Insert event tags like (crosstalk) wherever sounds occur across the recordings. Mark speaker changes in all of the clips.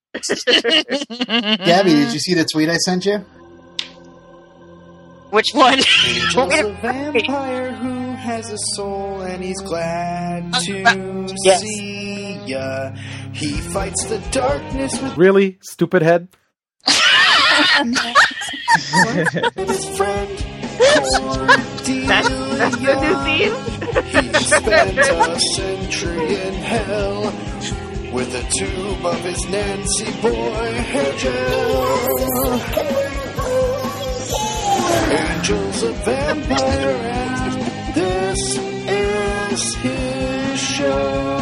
Speaker 1: (laughs)
Speaker 2: Gabby,
Speaker 1: Mm-hmm.
Speaker 2: did you see the tweet I sent you?
Speaker 1: Which one?
Speaker 3: He's a vampire who has a soul and he's glad to
Speaker 1: Uh, Yes.
Speaker 3: see ya. He fights the darkness with
Speaker 4: Really,
Speaker 3: (laughs)
Speaker 4: stupid head?
Speaker 3: his friend.
Speaker 1: (laughs)
Speaker 3: Cordelia.
Speaker 5: That's the new theme.
Speaker 3: He spent a century in hell with a tube of his Nancy boy hair gel. Angel's a vampire, and this is his show.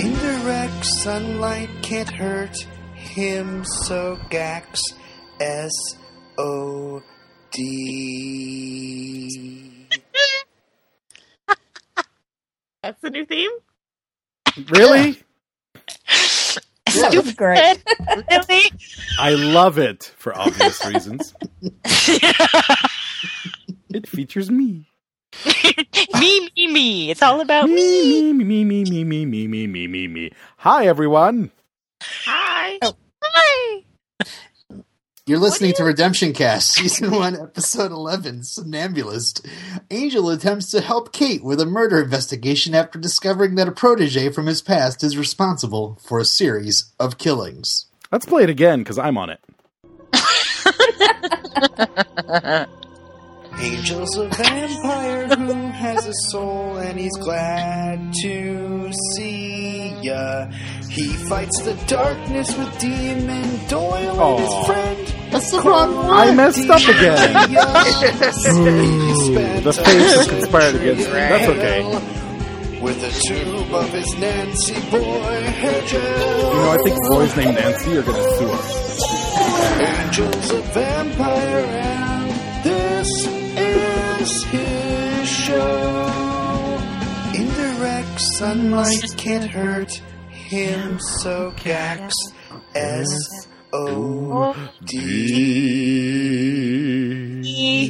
Speaker 3: Indirect sunlight can't hurt him, so Gax S O D.
Speaker 5: That's the new theme.
Speaker 4: Really?
Speaker 2: Stupid.
Speaker 6: Great.
Speaker 1: (laughs) really?
Speaker 4: I love it for obvious (laughs) reasons. It features me.
Speaker 1: me, me, me. It's all about me.
Speaker 4: Me, Oh, me, me, me, me, me, me, me, me, me, me. Hi, everyone.
Speaker 5: Hi.
Speaker 1: Oh. Hi.
Speaker 2: You're listening to Redemption Cast, (laughs) Season 1, Episode 11, Somnambulist. Angel attempts to help Kate with a murder investigation after discovering that a protege from his past is responsible for a series of killings.
Speaker 4: Let's play it again because I'm on it.
Speaker 3: Angel's a vampire who has a soul and he's glad to see ya. He fights the darkness with Demon Doyle and
Speaker 4: Aw.
Speaker 3: his friend.
Speaker 2: That's the wrong one!
Speaker 4: I messed
Speaker 3: (laughs)
Speaker 4: up again.
Speaker 3: again.
Speaker 4: The fates have conspired against me. That's okay.
Speaker 3: With a tube of his Nancy boy hair gel.
Speaker 4: You know, I think boys named Nancy are going to sue us.
Speaker 3: Angel's a vampire, and this is his show. Indirect sunlight can't hurt him, so Gax S O
Speaker 4: E.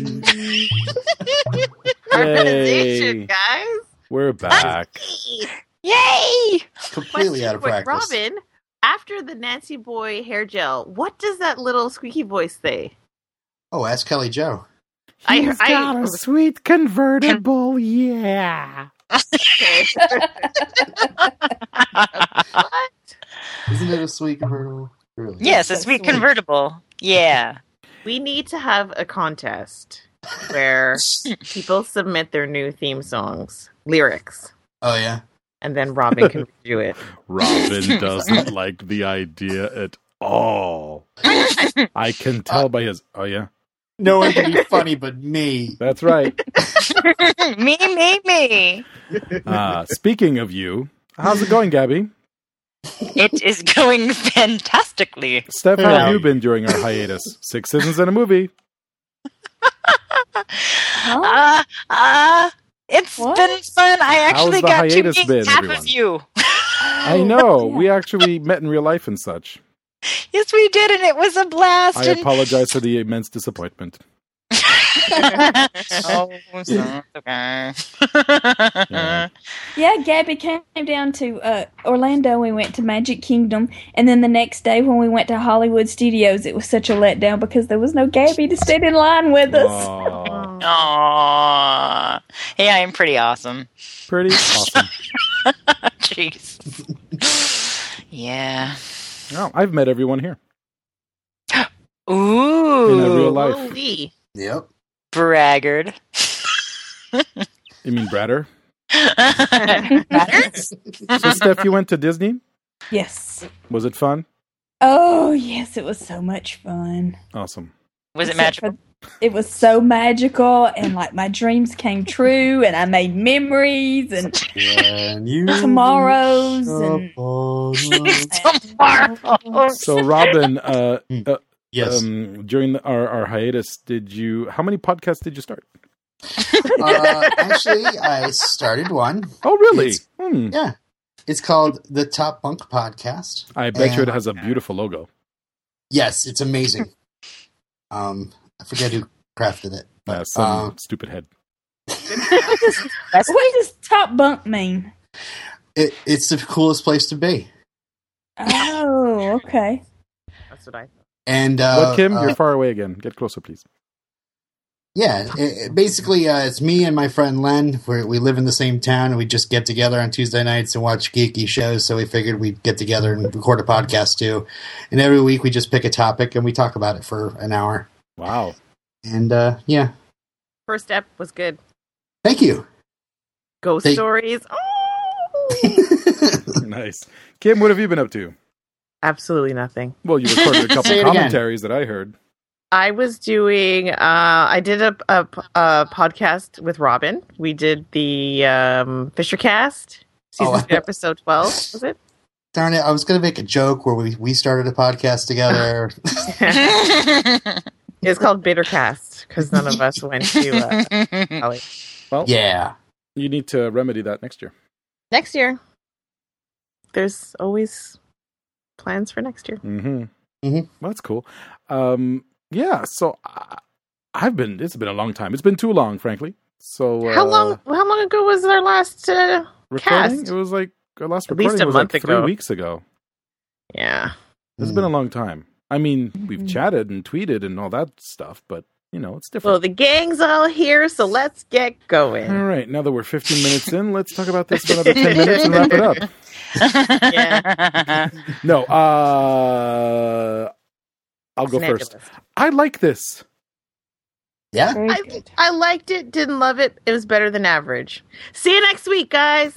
Speaker 4: (laughs)
Speaker 3: D.
Speaker 5: Harmonization,
Speaker 4: Yay.
Speaker 5: guys.
Speaker 4: We're back.
Speaker 1: Yay!
Speaker 2: Completely out of
Speaker 5: Question
Speaker 2: practice.
Speaker 5: for Robin, after the Nancy Boy hair gel, what does that little squeaky voice say?
Speaker 2: Oh, ask Kelly Joe.
Speaker 5: I- He's I- got a
Speaker 4: sweet convertible, yeah.
Speaker 5: Okay. What?
Speaker 2: Isn't it a sweet convertible? Really?
Speaker 1: Yes, a sweet convertible. Yeah.
Speaker 5: We need to have a contest
Speaker 4: (laughs)
Speaker 5: where people submit their new theme songs, lyrics,
Speaker 2: Oh, yeah.
Speaker 5: and then Robin
Speaker 4: (laughs)
Speaker 5: can do it.
Speaker 4: Robin doesn't like the idea at all. I can tell by his. Oh, yeah.
Speaker 2: No one can be funny but me.
Speaker 4: That's right.
Speaker 1: (laughs) me, me, me.
Speaker 4: (laughs) Uh, speaking of you, how's it going, Gabby?
Speaker 1: It is going (laughs) fantastically.
Speaker 4: Steph, how
Speaker 2: Hey.
Speaker 4: have you been during our hiatus? Six seasons and a movie.
Speaker 1: Uh, uh, it's
Speaker 6: What?
Speaker 1: been fun. I
Speaker 4: How's
Speaker 1: actually
Speaker 4: the
Speaker 1: got to
Speaker 4: hiatus
Speaker 1: meet
Speaker 4: been,
Speaker 1: half
Speaker 4: everyone?
Speaker 1: of you.
Speaker 4: I know. We actually met in real life and such.
Speaker 1: Yes, we did, and it was a blast.
Speaker 4: I
Speaker 1: and-
Speaker 4: apologize for the immense disappointment.
Speaker 1: (laughs) oh,
Speaker 4: (laughs)
Speaker 1: so- okay.
Speaker 4: Yeah.
Speaker 6: Yeah, Gabby came down to uh, Orlando. We went to Magic Kingdom, and then the next day when we went to Hollywood Studios, it was such a letdown because there was no Gabby to stand in line with us.
Speaker 4: Aw,
Speaker 1: (laughs)
Speaker 5: Oh,
Speaker 1: Aw. Yeah, I'm pretty awesome.
Speaker 4: pretty awesome.
Speaker 1: (laughs) Jeez. yeah.
Speaker 4: Oh, I've met everyone here
Speaker 1: Ooh.
Speaker 4: in a real life.
Speaker 5: Holy.
Speaker 2: Yep.
Speaker 1: Braggart. (laughs)
Speaker 4: You mean Bradder?
Speaker 1: Better?
Speaker 2: (laughs)
Speaker 4: So, Steph, you went to Disney.
Speaker 6: Yes.
Speaker 4: Was it fun?
Speaker 6: Oh yes, it was so much fun.
Speaker 4: Awesome.
Speaker 1: Was it (laughs)
Speaker 6: Except
Speaker 1: magical?
Speaker 6: for- It was so magical, and like my dreams came true, and I made memories, and
Speaker 2: And you
Speaker 6: Tomorrow's and-
Speaker 2: and...
Speaker 1: (laughs) Tomorrow. (laughs)
Speaker 4: So, Robin, uh,
Speaker 2: Yes.
Speaker 4: um, during the, our, our hiatus, did you? How many podcasts did you start?
Speaker 2: uh, actually, I started one.
Speaker 4: Oh, really?
Speaker 2: It's-
Speaker 4: Hmm.
Speaker 2: Yeah. It's called the Top Bunk Podcast.
Speaker 4: I bet you it
Speaker 2: Yeah.
Speaker 4: has a beautiful logo.
Speaker 2: Yes, it's amazing. Um, I forget who crafted it,
Speaker 4: Uh,
Speaker 2: but
Speaker 4: some
Speaker 2: uh,
Speaker 4: stupid head.
Speaker 6: what does top bunk mean?
Speaker 2: it, it's the coolest place to be.
Speaker 6: Oh, okay.
Speaker 5: That's what I thought.
Speaker 3: And uh,
Speaker 4: What, Kim?
Speaker 3: uh,
Speaker 4: You're far away again. Get closer, please.
Speaker 3: yeah, it, it- basically, uh, it's me and my friend Len. We're, we live in the same town, and we just get together on Tuesday nights and watch geeky shows. So we figured we'd get together and record a podcast too. And every week, we just pick a topic and we talk about it for an hour.
Speaker 4: Wow.
Speaker 3: And uh, yeah,
Speaker 5: First step was good.
Speaker 3: thank you. (laughs)
Speaker 5: Ghost
Speaker 3: They-
Speaker 5: stories.
Speaker 3: (laughs)
Speaker 5: Oh,
Speaker 4: nice. Kim, what have you been up to?
Speaker 5: absolutely nothing.
Speaker 4: Well, you recorded a couple
Speaker 3: Say it again.
Speaker 4: commentaries that I heard.
Speaker 5: I was doing. Uh, I did a, a, a podcast with Robin. We did the um, Fisher Cast season
Speaker 3: Oh.
Speaker 5: three, episode twelve. Was it?
Speaker 3: Darn it! I was going to make a joke where we we started a podcast together.
Speaker 5: (laughs) it's called Bittercast because none of us went to uh, Holly.
Speaker 4: Well,
Speaker 3: (laughs) yeah.
Speaker 4: you need to remedy that next year.
Speaker 5: (laughs) next year. There's always plans for next year.
Speaker 4: Mm-hmm.
Speaker 3: Mhm.
Speaker 4: Well, that's cool. Um, yeah. So I, I've been. It's been a long time. It's been too long, frankly. So uh,
Speaker 5: how long? How long ago was our last? Uh,
Speaker 4: recording?
Speaker 5: cast?
Speaker 4: It was like our last
Speaker 5: At
Speaker 4: recording
Speaker 5: least a
Speaker 4: was
Speaker 5: month
Speaker 4: like three
Speaker 5: ago.
Speaker 4: weeks ago.
Speaker 5: yeah,
Speaker 4: It's been a long time. I mean, we've
Speaker 5: Mm.
Speaker 1: Mhm.
Speaker 4: chatted and tweeted and all that stuff, but you know, it's
Speaker 5: Well,
Speaker 4: different.
Speaker 5: the gang's all here, so let's get
Speaker 4: all
Speaker 5: going.
Speaker 4: right, now that we're 15 minutes in, let's talk about this for another
Speaker 5: (laughs)
Speaker 4: 10 minutes and wrap it up.
Speaker 1: yeah.
Speaker 4: No, uh, I'll go
Speaker 5: Snagulous.
Speaker 4: first. I like this.
Speaker 3: Yeah.
Speaker 6: Very
Speaker 5: I,
Speaker 6: good.
Speaker 5: I liked it, didn't love it. It was better than average. See you next week, guys.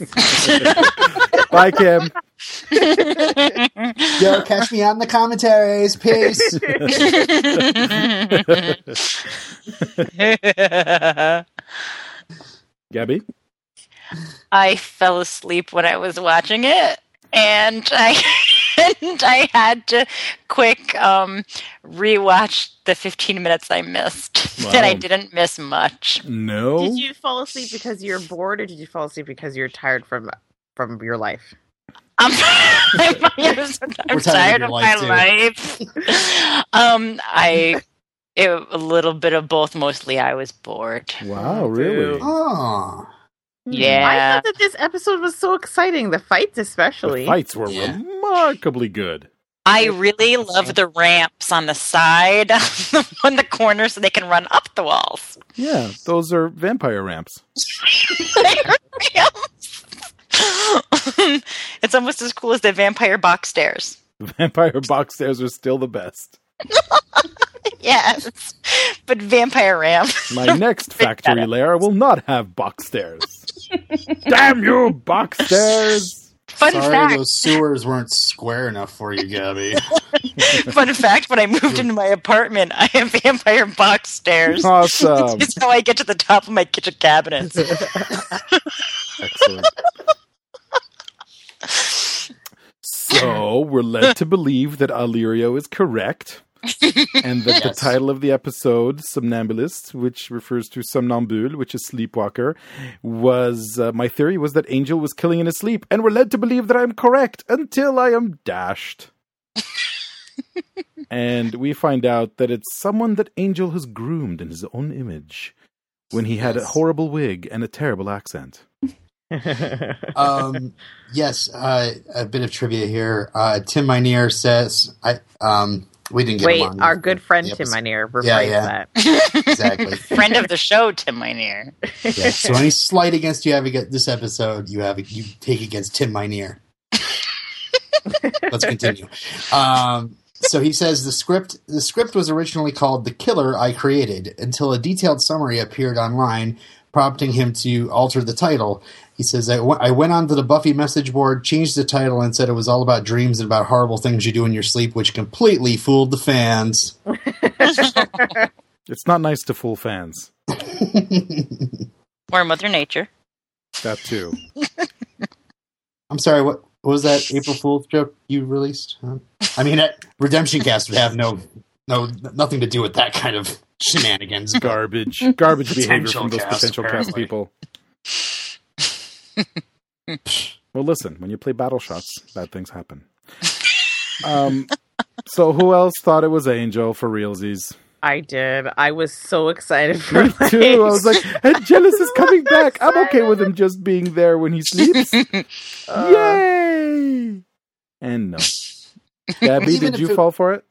Speaker 4: Bye,
Speaker 5: (laughs)
Speaker 4: Kim.
Speaker 3: Yo, catch me on the commentaries. Peace. (laughs)
Speaker 1: (laughs)
Speaker 4: Gabby?
Speaker 1: I fell asleep when I was watching it, and I (laughs) and I had to quick um, rewatch the 15 minutes I missed, (laughs) and I
Speaker 4: Wow.
Speaker 1: didn't miss much.
Speaker 4: No.
Speaker 5: Did you fall asleep because you're bored, or did you fall asleep because you're tired from from your life?
Speaker 1: Um, (laughs) I'm, I'm
Speaker 3: We're tired
Speaker 1: tired of
Speaker 3: of your
Speaker 1: my
Speaker 3: life,
Speaker 1: life. (laughs) um, I it, a little bit of both. Mostly, I was bored.
Speaker 4: Wow, really?
Speaker 3: Oh.
Speaker 5: I
Speaker 1: Yeah,
Speaker 5: thought that this episode was so exciting. The fights,
Speaker 4: The
Speaker 5: especially.
Speaker 4: (laughs) fights were
Speaker 3: Yeah.
Speaker 4: remarkably good.
Speaker 1: I really love the ramps on the side, (laughs) on the corner, so they can run up the walls.
Speaker 4: Yeah, those are vampire ramps. (laughs)
Speaker 1: it's almost as cool as the vampire box stairs.
Speaker 4: Vampire box stairs are still the best.
Speaker 1: Yes, but vampire ramp.
Speaker 4: My next factory lair will not have box stairs. Damn you, box stairs!
Speaker 1: Fun
Speaker 3: Sorry,
Speaker 1: fact.
Speaker 3: those sewers weren't square enough for you, (laughs) Gabby.
Speaker 1: Fun fact: When I moved into my apartment, I have vampire box stairs.
Speaker 4: Awesome.
Speaker 1: It's how I get to the top of my kitchen (laughs) cabinets.
Speaker 4: Excellent. So we're led to believe that Alirio is correct, and that the
Speaker 3: Yes.
Speaker 4: title of the episode, "Somnambulist," which refers to somnambule, which is sleepwalker, was uh, my theory was that Angel was killing in his sleep, and we're led to believe that I'm correct until I am
Speaker 3: (laughs)
Speaker 4: dashed. and we find out that it's someone that Angel has groomed in his own image when he had a
Speaker 3: Yes.
Speaker 4: horrible wig and a terrible accent.
Speaker 3: um, yes, uh, a bit of trivia here. Uh, Tim Minear says, "I um, we didn't get
Speaker 5: Wait,
Speaker 3: along
Speaker 5: our
Speaker 3: with
Speaker 5: good
Speaker 3: the
Speaker 5: friend
Speaker 3: episode.
Speaker 5: Tim Minear rephrased
Speaker 3: Yeah, yeah.
Speaker 5: that.
Speaker 3: Exactly.
Speaker 1: Friend of the show, Tim Minear.
Speaker 3: Yeah, So any slight against you have against this episode, you have you take against Tim Minear. Let's continue. Um, so he says the script the script was originally called "The Killer I Created" until a detailed summary appeared online, prompting him to alter the title. He says I went- I went onto the Buffy message board, changed the title, and said it was all about dreams and about horrible things you do in your sleep, which completely fooled the fans.
Speaker 4: It's not nice to fool fans.
Speaker 1: Or Mother Nature.
Speaker 3: (laughs)
Speaker 4: That too.
Speaker 3: I'm sorry. What, what was that April Fool's joke you released? Huh? I mean, that Redemption Cast would have no, no, nothing to do with that kind of shenanigans.
Speaker 4: Garbage. Garbage behavior
Speaker 3: Potential
Speaker 4: from those
Speaker 3: cast,
Speaker 4: potential cast
Speaker 3: apparently.
Speaker 4: people.
Speaker 3: (laughs)
Speaker 4: well, listen, when you play battle shots, bad things happen. Um, so who else thought it was Angel for realsies?
Speaker 5: I did. I was
Speaker 4: (laughs)
Speaker 5: so excited for
Speaker 4: Me
Speaker 5: like-
Speaker 4: too. I was like, Angelus is
Speaker 3: (laughs)
Speaker 4: coming back. I'm okay with him just being there when he sleeps.
Speaker 5: Uh,
Speaker 3: (laughs)
Speaker 4: Yay! And no. Gabby,
Speaker 3: Even
Speaker 4: did
Speaker 3: if
Speaker 4: you
Speaker 3: it-
Speaker 4: fall for it?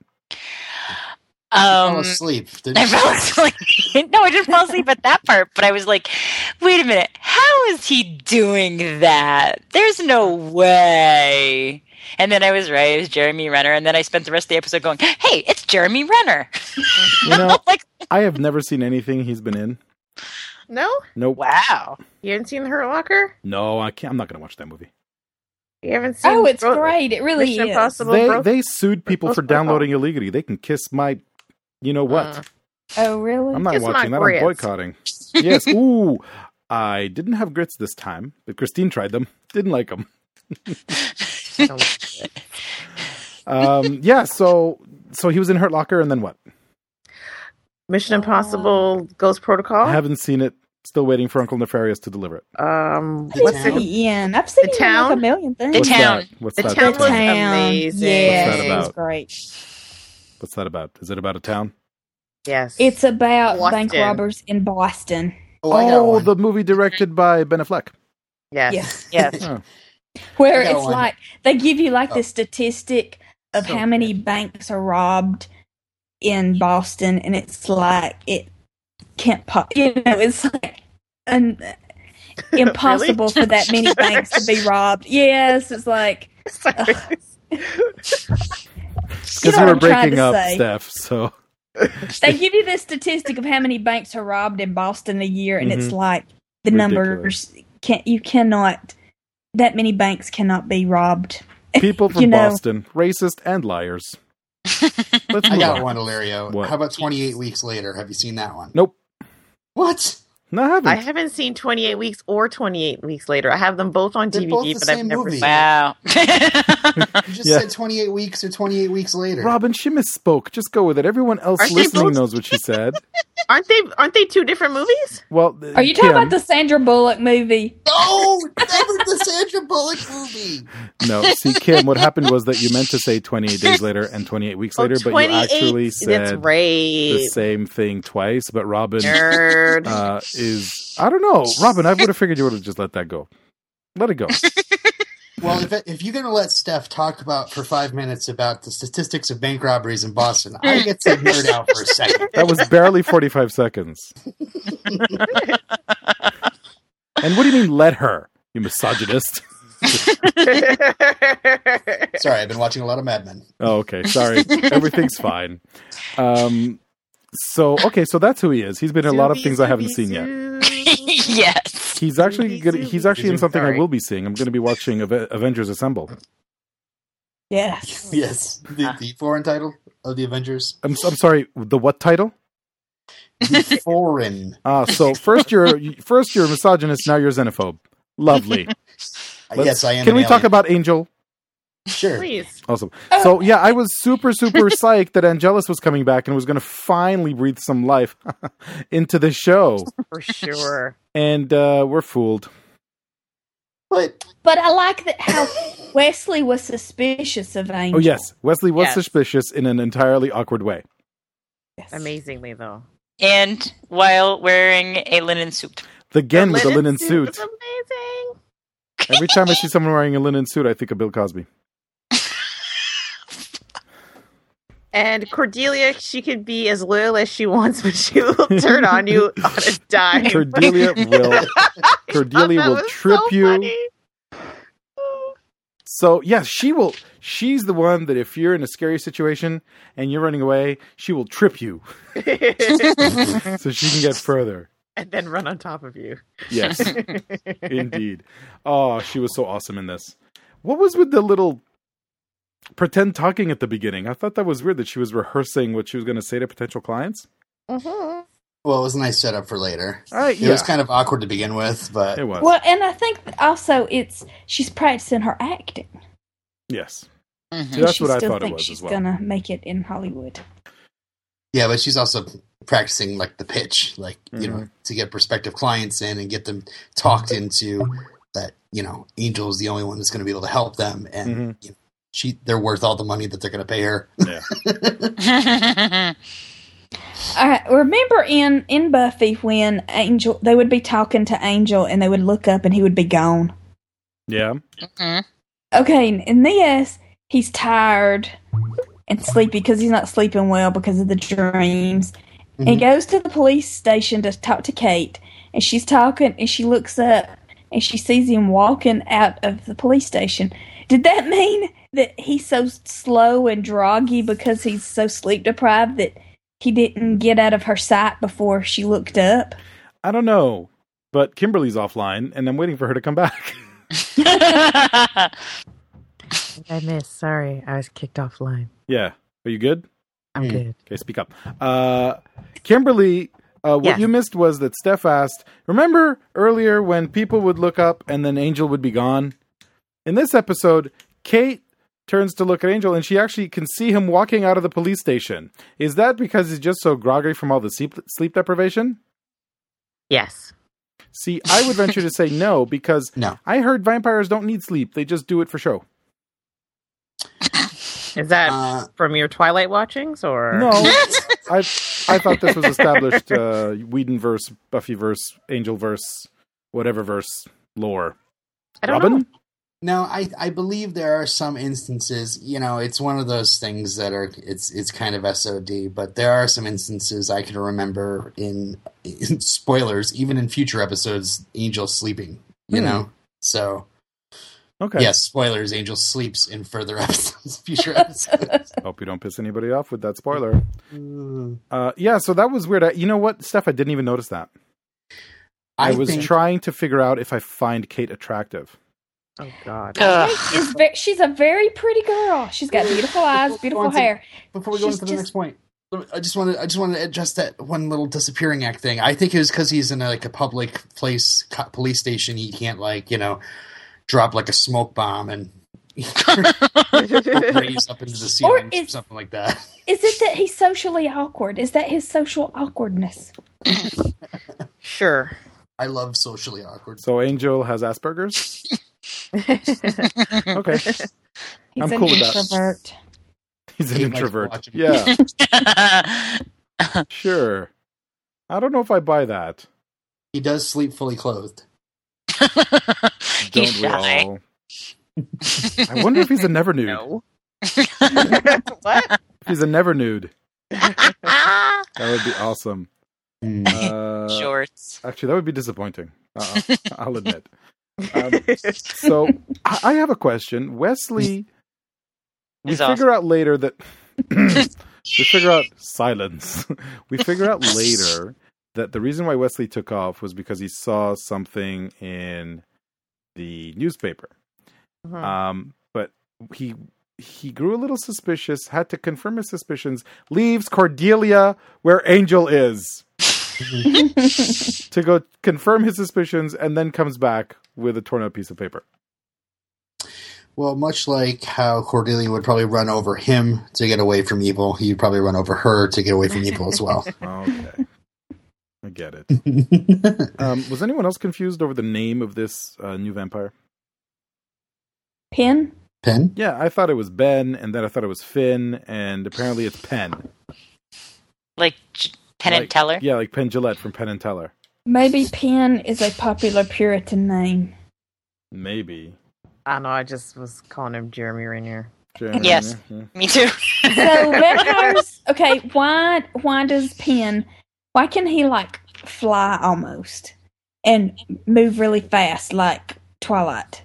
Speaker 3: I fell
Speaker 1: Um,
Speaker 3: asleep.
Speaker 1: I
Speaker 3: Didn't Oh,
Speaker 1: fell
Speaker 4: (laughs)
Speaker 1: asleep. (laughs) no, I didn't fall asleep at that part, but I was like, wait a minute, how is he doing that? There's no way. And then I was right, it was Jeremy Renner, and then I spent the rest of the episode going, Hey, it's Jeremy Renner. (laughs)
Speaker 4: You know,
Speaker 1: like,
Speaker 4: I have never seen anything he's been in.
Speaker 5: No,
Speaker 4: Nope.
Speaker 1: wow.
Speaker 5: you haven't seen the Hurt Locker.
Speaker 4: No, I can't. I'm not going to watch that movie.
Speaker 5: You haven't seen.
Speaker 6: Oh, it's
Speaker 5: Bro-
Speaker 6: great. It really
Speaker 5: Mission
Speaker 6: is.
Speaker 5: Impossible.
Speaker 4: They
Speaker 5: Bro-
Speaker 4: they sued people for
Speaker 5: Brokeback Mountain.
Speaker 4: downloading illegally. They can kiss my, you know what?
Speaker 5: Uh,
Speaker 6: Oh, really?
Speaker 4: I'm not
Speaker 5: Kiss my
Speaker 4: watching that. I'm
Speaker 5: grits.
Speaker 4: boycotting. yes. Ooh, I didn't have grits this time, but Christine tried them. Didn't like them.
Speaker 1: (laughs)
Speaker 4: Um, yeah. So so he was in Hurt Locker, and then what?
Speaker 5: Mission Impossible Ghost
Speaker 4: I
Speaker 5: Protocol.
Speaker 4: haven't seen it. Still waiting for Uncle Nefarious to deliver it.
Speaker 5: Um,
Speaker 3: The
Speaker 5: what's
Speaker 3: Town.
Speaker 5: it?
Speaker 6: He in. I've seen
Speaker 5: The
Speaker 6: him in like
Speaker 5: town?
Speaker 6: a million things.
Speaker 1: The town.
Speaker 4: That? What's
Speaker 5: The
Speaker 4: that?
Speaker 5: town
Speaker 4: about?
Speaker 5: was- amazing.
Speaker 6: Yeah,
Speaker 4: What's that
Speaker 6: it was
Speaker 4: about?
Speaker 6: great.
Speaker 4: What's that about? Is it about a town?
Speaker 5: Yes,
Speaker 6: It's about bank
Speaker 5: Boston.
Speaker 6: robbers in Boston.
Speaker 3: Oh, I got one.
Speaker 4: the movie directed by Ben Affleck.
Speaker 5: yes. (laughs)
Speaker 1: Yes.
Speaker 4: (laughs) Oh.
Speaker 6: Where
Speaker 3: I got
Speaker 6: it's
Speaker 3: one.
Speaker 6: like they give you like
Speaker 3: Oh.
Speaker 6: the statistic of
Speaker 3: So
Speaker 6: how many banks are robbed in Boston, and it's like it can't pop. You know, it's like
Speaker 5: (laughs)
Speaker 6: an impossible for that many banks to be robbed. Yes, it's like
Speaker 5: Sorry.
Speaker 6: you
Speaker 4: Because
Speaker 6: know
Speaker 4: we
Speaker 6: what
Speaker 4: were
Speaker 6: I'm trying
Speaker 4: breaking
Speaker 6: to
Speaker 4: up,
Speaker 6: say.
Speaker 4: Steph. So
Speaker 6: They give you the statistic of how many banks are robbed in Boston a year, and
Speaker 4: Mm-hmm.
Speaker 6: it's like the numbers can't. You cannot. That many banks cannot be robbed.
Speaker 4: people from
Speaker 6: You know.
Speaker 4: Boston, racist and liars. Let's
Speaker 3: I
Speaker 4: move
Speaker 3: got
Speaker 4: on.
Speaker 3: one, Ilario.
Speaker 4: What?
Speaker 3: How about 28 weeks later? Have you seen that one?
Speaker 4: Nope.
Speaker 3: What?
Speaker 4: No, I haven't.
Speaker 5: I haven't seen 28 Weeks or 28 Weeks Later. I have them both on
Speaker 3: They're
Speaker 5: DVD,
Speaker 3: both the
Speaker 5: but I've
Speaker 3: same
Speaker 5: never
Speaker 3: movie.
Speaker 5: seen
Speaker 1: Wow. (laughs)
Speaker 3: You just
Speaker 4: (laughs) Yeah.
Speaker 3: said 28 weeks or 28 weeks later.
Speaker 4: Robin, she misspoke. Just go with it. Everyone else
Speaker 5: Aren't they
Speaker 4: listening
Speaker 5: both-
Speaker 4: knows what she said.
Speaker 5: Aren't they? Aren't they two different movies?
Speaker 4: Well,
Speaker 6: Are you talking
Speaker 4: Kim-
Speaker 6: about the Sandra Bullock movie?
Speaker 3: No, that was the Sandra Bullock movie.
Speaker 4: No, see, Kim, what happened was that you meant to say 28 days later and 28 weeks later, but you actually
Speaker 5: Oh, That's
Speaker 4: said the (laughs)
Speaker 5: right.
Speaker 4: same thing twice. But Robin
Speaker 5: Nerd.
Speaker 4: uh, is, I don't know. Robin, I would have figured you would have just let that go. Let it go.
Speaker 3: Well, if, if you're going to let Steph talk about for five minutes about the statistics of bank robberies in Boston, I get to nerd out for a second.
Speaker 4: That was barely 45 seconds. and what do you mean, let her, you misogynist? Uh,
Speaker 5: (laughs)
Speaker 3: Sorry, I've been watching a lot of Mad Men.
Speaker 4: Oh, okay. Sorry. Everything's fine. Um, so, okay, so that's who he is. He's been in a lot of things I haven't seen yet.
Speaker 5: yet.
Speaker 1: yes.
Speaker 4: He's actually
Speaker 5: Zooey,
Speaker 4: gonna, he's
Speaker 5: zooey.
Speaker 4: actually in something I
Speaker 5: Sorry.
Speaker 4: will be seeing. I'm going to be watching Ave- Avengers Assemble.
Speaker 6: Yes.
Speaker 3: Yes, the, the foreign title of the Avengers.
Speaker 4: I'm I'm sorry, the what title?
Speaker 3: The
Speaker 4: (laughs)
Speaker 3: foreign.
Speaker 4: Ah, so first you're first you're a misogynist, now you're a xenophobe. Lovely. Let's-
Speaker 3: yes, I am.
Speaker 4: Can
Speaker 3: an
Speaker 4: we
Speaker 3: alien.
Speaker 4: talk about Angel?
Speaker 3: Sure.
Speaker 5: Please.
Speaker 4: Awesome.
Speaker 5: Oh.
Speaker 4: So yeah, I was super
Speaker 5: (laughs)
Speaker 4: super psyched that Angelus was coming back and was going to finally breathe some life (laughs) into the show,
Speaker 5: For sure.
Speaker 4: and uh, we're fooled.
Speaker 3: But
Speaker 6: But I like that how Wesley was suspicious of Angel.
Speaker 4: Oh yes, Wesley was
Speaker 5: Yes.
Speaker 4: suspicious in an entirely awkward way.
Speaker 6: Yes.
Speaker 5: Amazingly, though.
Speaker 1: And while wearing a linen suit.
Speaker 4: Again with a linen
Speaker 5: was
Speaker 4: suit.
Speaker 5: Amazing.
Speaker 4: Every time I see someone wearing a linen suit, I think of Bill
Speaker 5: (laughs)
Speaker 4: Cosby.
Speaker 5: And Cordelia, she can be as loyal as she wants, but she will turn
Speaker 4: (laughs)
Speaker 5: on you on a dime. (laughs)
Speaker 4: Cordelia will Cordelia
Speaker 5: Oh, That
Speaker 4: will
Speaker 5: was
Speaker 4: trip
Speaker 5: so
Speaker 4: you.
Speaker 5: funny.
Speaker 4: So yes, she will. She's the one that if you're in a scary situation and you're running away, she will trip you (laughs)
Speaker 5: Oh.
Speaker 4: so she can get further.
Speaker 5: (laughs) and then run on top of you.
Speaker 4: Yes,
Speaker 5: (laughs)
Speaker 4: indeed. Oh, she was so awesome in this. What was with the little pretend talking at the beginning? I thought that was weird that she was rehearsing what she was going to say to potential clients.
Speaker 5: Mhm.
Speaker 3: well, it was a nice setup for later.
Speaker 4: All right,
Speaker 3: It was kind of awkward to begin with, but
Speaker 4: it was.
Speaker 6: Well, and I think also it's she's practicing her acting.
Speaker 4: Yes,
Speaker 1: Mhm.
Speaker 4: See, that's
Speaker 6: she
Speaker 4: what I
Speaker 6: still
Speaker 4: thought it
Speaker 6: thinks
Speaker 4: was
Speaker 6: she's
Speaker 4: as well.
Speaker 6: gonna make it in Hollywood.
Speaker 3: yeah, but she's also practicing like the pitch, like you know,
Speaker 4: Mhm.
Speaker 3: to get prospective clients in and get them talked into that you know, Angel is the only one that's going to be able to help them, and
Speaker 4: Mhm.
Speaker 3: you know, she they're worth all the money that they're going to pay her.
Speaker 1: Mm-hmm. (laughs)
Speaker 6: All right. Remember in in Buffy when Angel they would be talking to Angel and they would look up and he would be gone.
Speaker 4: Yeah.
Speaker 6: Okay, in this he's tired and sleepy because he's not sleeping well because of the dreams. And he goes to the police station to talk to Kate, and she's talking, and she looks up and she sees him walking out of the police station. Did that mean that he's so slow and droggy because he's so sleep deprived that he didn't get out of her sight before she looked up?
Speaker 4: I don't know, but Kimberly's offline, and I'm waiting for her to come back. (laughs)
Speaker 5: I missed. Sorry, I was kicked offline.
Speaker 4: yeah, are you good?
Speaker 5: I'm
Speaker 3: Hmm.
Speaker 5: good.
Speaker 4: Okay, speak up. Uh, Kimberly, uh, what
Speaker 5: Yeah.
Speaker 4: you missed was that Steph asked, remember earlier when people would look up and then Angel would be gone? In this episode, Kate turns to look at Angel and she actually can see him walking out of the police station. Is that because he's just so groggy from all the sleep, sleep deprivation?
Speaker 5: Yes.
Speaker 4: See, I would venture to say no because
Speaker 3: No.
Speaker 4: I heard vampires don't need sleep. They just do it for show.
Speaker 5: Is that
Speaker 3: Uh,
Speaker 5: from your Twilight watchings or (laughs)
Speaker 4: No. I I thought this was established uh Whedon verse, Buffy verse, Angel verse, whatever verse lore.
Speaker 5: I don't
Speaker 4: Robin?
Speaker 5: know.
Speaker 3: No, I I believe there are some instances. You know, it's one of those things that are it's it's kind of SOD, but there are some instances I can remember in, in (laughs) spoilers, even in future episodes, Angel sleeping. You
Speaker 4: Hmm.
Speaker 3: know, so
Speaker 4: Okay.
Speaker 3: yes, spoilers. Angel sleeps in further (laughs) episodes, future
Speaker 4: (laughs)
Speaker 3: episodes.
Speaker 4: Hope you don't piss anybody off with that spoiler.
Speaker 3: Mm.
Speaker 4: Uh yeah, so that was weird. I, you know what, Steph, I didn't even notice that. I, was
Speaker 3: think-
Speaker 4: trying to figure out if I find Kate attractive.
Speaker 5: Oh God.
Speaker 1: Ugh.
Speaker 6: She's, ve- she's a very pretty girl. She's got beautiful eyes, beautiful
Speaker 3: Wanted-
Speaker 6: hair.
Speaker 3: before we go
Speaker 6: She's
Speaker 3: into the
Speaker 6: just-
Speaker 3: next point, I just want to I just want to address that one little disappearing act thing. I think it was because he's in a, like a public place, co- police station. He can't like you know drop like a smoke bomb
Speaker 6: (laughs)
Speaker 3: and raise up into the
Speaker 6: Or
Speaker 3: ceiling or,
Speaker 6: is-
Speaker 3: something like that. (laughs)
Speaker 6: Is it that he's socially awkward? Is that his social awkwardness?
Speaker 5: (laughs) sure.
Speaker 3: I love socially awkward.
Speaker 4: So Angel has
Speaker 5: (laughs)
Speaker 4: Asperger's? Okay.
Speaker 6: He's
Speaker 4: I'm
Speaker 6: an
Speaker 4: cool with that.
Speaker 6: introvert.
Speaker 4: He's an
Speaker 3: Kate likes to
Speaker 4: introvert.
Speaker 3: watch him. (laughs)
Speaker 4: Yeah, sure. I don't know if I buy that.
Speaker 3: He does sleep fully clothed.
Speaker 1: He's
Speaker 4: Don't we
Speaker 1: shy.
Speaker 4: all? I wonder if he's a never nude.
Speaker 5: (laughs) No.
Speaker 4: (laughs)
Speaker 5: what?
Speaker 4: If he's a never nude. Um,
Speaker 5: (laughs)
Speaker 1: Ah,
Speaker 4: That would be awesome.
Speaker 3: Hmm.
Speaker 4: Uh,
Speaker 1: Shorts.
Speaker 4: Actually, that would be disappointing. Uh, I'll admit. Um, so I, I have a question. Wesley, we
Speaker 1: He's
Speaker 4: figure out later that we figure out silence. (laughs) we figure out later that the reason why Wesley took off was because he saw something in the newspaper.
Speaker 5: Mhm.
Speaker 4: Um, but he he grew a little suspicious. Had to confirm his suspicions. Leaves Cordelia where Angel is
Speaker 6: (laughs)
Speaker 4: to go confirm his suspicions, and then comes back with a torn up piece of paper.
Speaker 3: Well, much like how Cordelia would probably run over him to get away from evil, he'd probably run over her to get away from evil as
Speaker 6: (laughs)
Speaker 3: well.
Speaker 4: Okay, I get it. Um, was anyone else confused over the name of this uh, new vampire?
Speaker 6: Pin?
Speaker 3: Pen?
Speaker 4: Yeah, I thought it was Ben, and then I thought it was Finn, and apparently it's Penn.
Speaker 1: Like J- Penn
Speaker 4: Like-
Speaker 1: and Teller.
Speaker 4: Yeah, like Penn Gillette from Penn and Teller.
Speaker 6: Maybe Penn is a popular Puritan name.
Speaker 4: Maybe.
Speaker 5: I don't know. I just was calling him Jeremy Rainier.
Speaker 1: Yes. Me too.
Speaker 5: Hmm.
Speaker 6: So vampires. Okay, why why does Penn? Why can he like fly almost and move really fast like Twilight?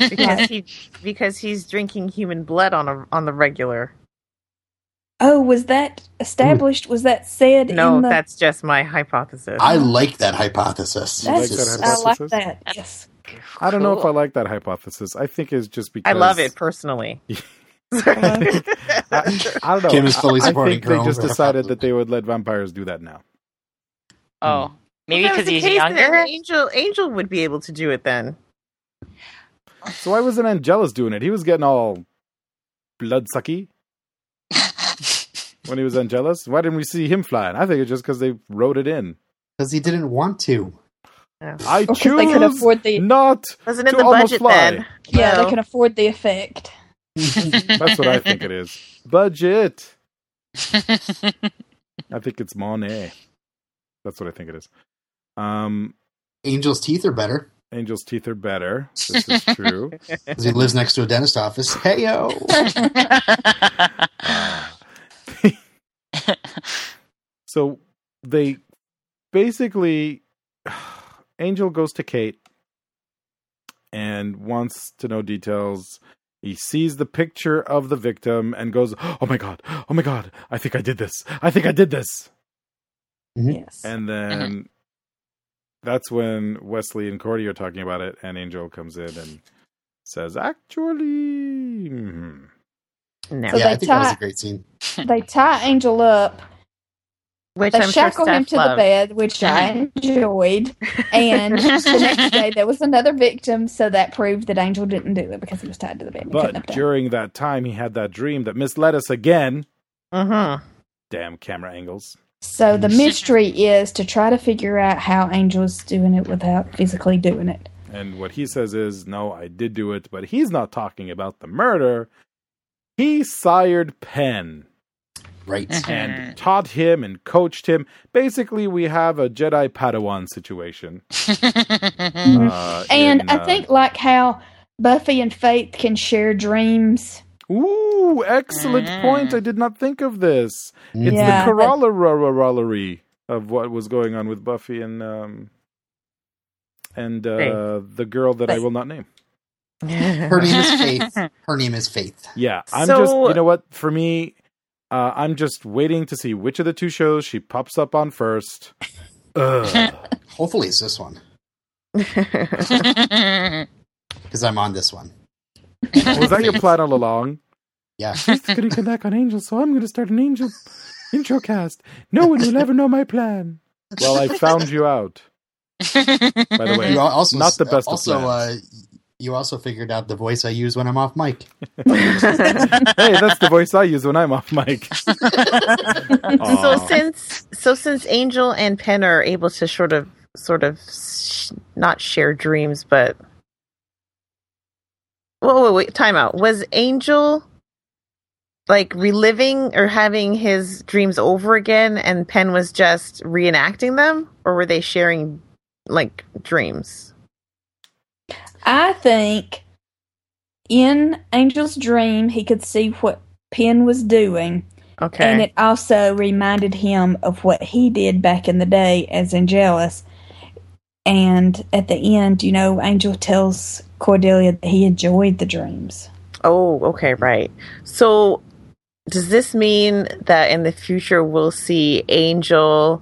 Speaker 5: because he because he's drinking human blood on a on the regular.
Speaker 6: Oh, was that established? Was that said?
Speaker 5: No,
Speaker 6: in the,
Speaker 5: that's just my hypothesis.
Speaker 3: I like that hypothesis.
Speaker 4: You like that
Speaker 6: that's- I
Speaker 4: hypothesis?
Speaker 6: like that. Yes.
Speaker 4: I don't know if I
Speaker 1: Cool.
Speaker 4: like that hypothesis. I think it's just because
Speaker 5: I love
Speaker 4: (laughs)
Speaker 5: it personally. (laughs)
Speaker 4: I, I don't know.
Speaker 3: Kim is fully
Speaker 4: I- I
Speaker 3: supporting
Speaker 4: think
Speaker 3: her
Speaker 4: they
Speaker 3: own
Speaker 4: just
Speaker 3: hypothesis.
Speaker 4: decided that they would let vampires do that now.
Speaker 1: Oh, maybe
Speaker 5: If that was
Speaker 1: because
Speaker 5: the
Speaker 1: he's
Speaker 5: case, then
Speaker 1: younger.
Speaker 5: Angel Angel would be able to do it then.
Speaker 4: So why wasn't Angelus doing it? He was getting all bloodsucky when he was Angelus. Why didn't we see him flying? I think it's just because they wrote it in.
Speaker 3: Because he didn't want to.
Speaker 5: Yeah.
Speaker 6: (laughs)
Speaker 4: I
Speaker 6: Or 'cause they could
Speaker 4: choose
Speaker 6: afford the
Speaker 4: not.
Speaker 5: Wasn't in
Speaker 4: To
Speaker 5: the
Speaker 4: almost
Speaker 5: budget
Speaker 4: fly.
Speaker 5: then.
Speaker 6: yeah,
Speaker 5: Well,
Speaker 6: they can afford the effect.
Speaker 4: (laughs)
Speaker 5: (laughs)
Speaker 4: That's
Speaker 6: (laughs)
Speaker 4: what I
Speaker 1: (laughs)
Speaker 4: think it is. Budget. I think it's money. That's what I think it is. Um,
Speaker 3: Angel's teeth are better
Speaker 4: Angel's teeth are better. This is true.
Speaker 6: (laughs)
Speaker 3: because he lives next to a dentist office. Hey yo.
Speaker 4: So they basically (sighs) Angel goes to Kate and wants to know details. He sees the picture of the victim and goes, "Oh my god. Oh my god. I think I did this. I think I did this."
Speaker 6: Yes.
Speaker 4: And then that's when Wesley and Cordy are talking about it and Angel comes in and says, "Actually, hmm."
Speaker 5: No.
Speaker 6: So
Speaker 3: yeah, I
Speaker 6: they
Speaker 3: think that was a
Speaker 6: tie-
Speaker 3: great scene.
Speaker 6: they tie Angel up.
Speaker 5: Which
Speaker 6: They
Speaker 5: I'm sure
Speaker 6: shackle him
Speaker 5: Steph
Speaker 6: to the
Speaker 5: loved.
Speaker 6: bed, which I enjoyed. And the next day, there was another victim, so that proved that Angel didn't do it because he was tied to the bed. and couldn't have
Speaker 4: But
Speaker 6: done it.
Speaker 4: during that time, he had that dream that misled us again.
Speaker 5: Mhm.
Speaker 4: Damn camera angles.
Speaker 6: So the mystery is to try to figure out how Angel's doing it without physically doing it.
Speaker 4: And what he says is, no, I did do it, but he's not talking about the murder. He sired Penn
Speaker 3: Right.
Speaker 6: Eh.
Speaker 4: and taught him and coached him. Basically, we have a Jedi Padawan situation. uh,
Speaker 6: Mm-hmm. And
Speaker 4: in,
Speaker 6: I
Speaker 4: uh,
Speaker 6: think like how Buffy and Faith can share dreams.
Speaker 4: Ooh, excellent point. I did not think of this. It's
Speaker 6: Mm.
Speaker 3: Mm-hmm.
Speaker 6: Yeah,
Speaker 4: the
Speaker 6: but-
Speaker 4: corollary of what was going on with Buffy and um and uh, the girl that I
Speaker 6: Faith.
Speaker 4: will not name.
Speaker 3: Her name is Faith. Her name is Faith.
Speaker 4: Yeah, I'm
Speaker 5: So-
Speaker 4: just you know what for me, uh, I'm just waiting to see which of the two shows she pops up on first. Ugh.
Speaker 3: Hopefully, it's this one
Speaker 5: Mm-hmm.
Speaker 3: because I'm on this one.
Speaker 4: was that your plan all along?
Speaker 3: Yeah.
Speaker 4: She's going to come back on Angel, so I'm going to start an Angel intro cast. No one will ever know my plan.
Speaker 3: (laughs)
Speaker 4: Well, I found you out. By the
Speaker 1: (laughs)
Speaker 4: way,
Speaker 3: You al- also
Speaker 4: Not the best of
Speaker 3: Also, uh,
Speaker 4: plans.
Speaker 3: you also figured out the voice I use when I'm off mic.
Speaker 4: (laughs)
Speaker 5: (laughs)
Speaker 4: hey, that's the voice I use when I'm off (laughs) mic.
Speaker 5: so
Speaker 4: Aw.
Speaker 5: since so since Angel and Penn are able to sort of sort of sh- not share dreams, but whoa, wait, wait, time out. Was Angel like reliving or having his dreams over again, and Penn was just reenacting them, or were they sharing like dreams?
Speaker 6: I think in Angel's dream, he could see what Penn was doing,
Speaker 5: Okay,
Speaker 6: and it also reminded him of what he did back in the day as Angelus. And at the end, you know, Angel tells Cordelia that he enjoyed the dreams.
Speaker 5: Oh, okay, right. So, does this mean that in the future we'll see Angel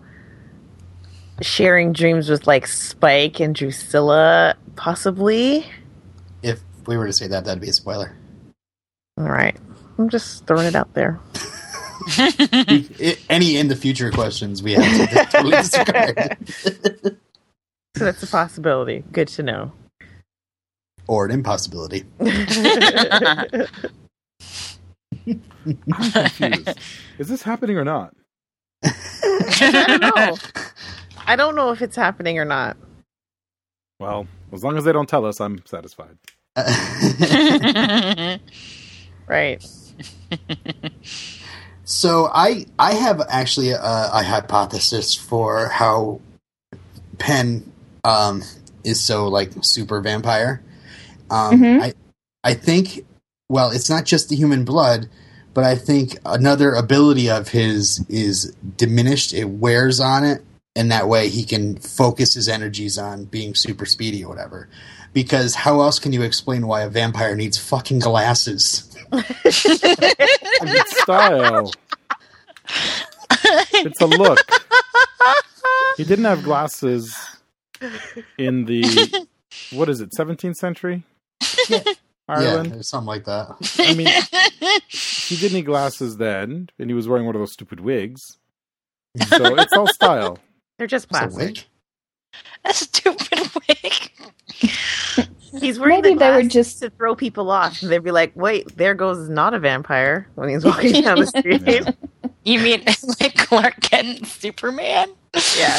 Speaker 5: sharing dreams with like Spike and Drusilla, possibly?
Speaker 3: If we were to say that, that'd be a spoiler.
Speaker 5: All right, I'm just throwing it out there.
Speaker 3: I- any in the future questions we have (laughs) to totally discard,
Speaker 5: So that's a possibility. Good to know. (laughs)
Speaker 3: or an impossibility. (laughs)
Speaker 4: I'm confused. Is this happening or not?
Speaker 5: I don't know. I don't know if it's happening or not.
Speaker 4: Well, as long as they don't tell us, I'm (laughs) satisfied.
Speaker 5: Right.
Speaker 3: So I I have actually a, a hypothesis for how Penn um, is so like super vampire. Um,
Speaker 6: Mhm.
Speaker 3: I I think well, it's not just the human blood, but I think another ability of his is diminished. It wears on it, and that way he can focus his energies on being super speedy or whatever. Because how else can you explain why a vampire needs fucking glasses?
Speaker 4: Style. It's a look. He didn't have glasses in the what is it, 17th century? Ireland.
Speaker 3: Yeah, something like that.
Speaker 4: I mean, he didn't need glasses then, and he was wearing one of those stupid wigs. So it's all style.
Speaker 5: They're just
Speaker 3: It's a
Speaker 5: plastic.
Speaker 3: witch.
Speaker 1: a stupid wig.
Speaker 5: He's wearing
Speaker 6: Maybe
Speaker 5: the
Speaker 6: they were
Speaker 5: glasses
Speaker 6: just-
Speaker 5: to throw people off. They'd be like, "Wait, there goes not a vampire when
Speaker 6: (laughs)
Speaker 5: he's walking down the street."
Speaker 4: Yeah.
Speaker 1: You mean (laughs) like Clark Kent and Superman? (laughs)
Speaker 5: yeah.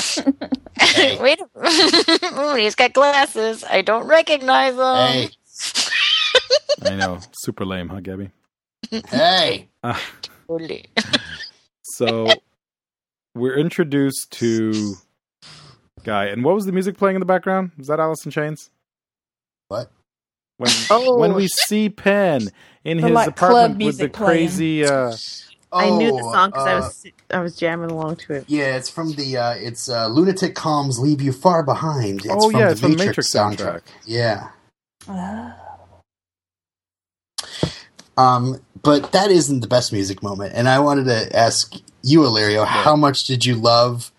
Speaker 3: Hey.
Speaker 1: Wait, (laughs) Ooh, he's got glasses. I don't recognize him.
Speaker 5: Um,
Speaker 3: Hey,
Speaker 4: I know. Super lame, huh, Gabby?
Speaker 3: hey.
Speaker 4: Uh,
Speaker 3: (laughs)
Speaker 1: Totally.
Speaker 4: so we're introduced to Guy. And what was the music playing in the background? Was that Alice in Chains?
Speaker 3: What?
Speaker 4: When,
Speaker 5: Oh,
Speaker 3: (laughs)
Speaker 4: when we see Penn in
Speaker 6: The,
Speaker 4: his
Speaker 6: like, club
Speaker 4: apartment with the
Speaker 6: music playing.
Speaker 4: crazy uh,
Speaker 5: I knew the
Speaker 3: Oh,
Speaker 5: song because I
Speaker 3: uh,
Speaker 5: was I was jamming along to it.
Speaker 3: Yeah, it's from the uh, it's uh, Lunatic Calms Leave You Far Behind. It's
Speaker 4: oh
Speaker 3: from
Speaker 4: yeah,
Speaker 3: the
Speaker 4: it's from
Speaker 3: Matrix,
Speaker 4: Matrix
Speaker 3: soundtrack.
Speaker 4: soundtrack.
Speaker 3: Yeah.
Speaker 6: Uh,
Speaker 5: Ah.
Speaker 3: Um, but that isn't the best music moment. And I wanted to ask you, Ilario, how much did you love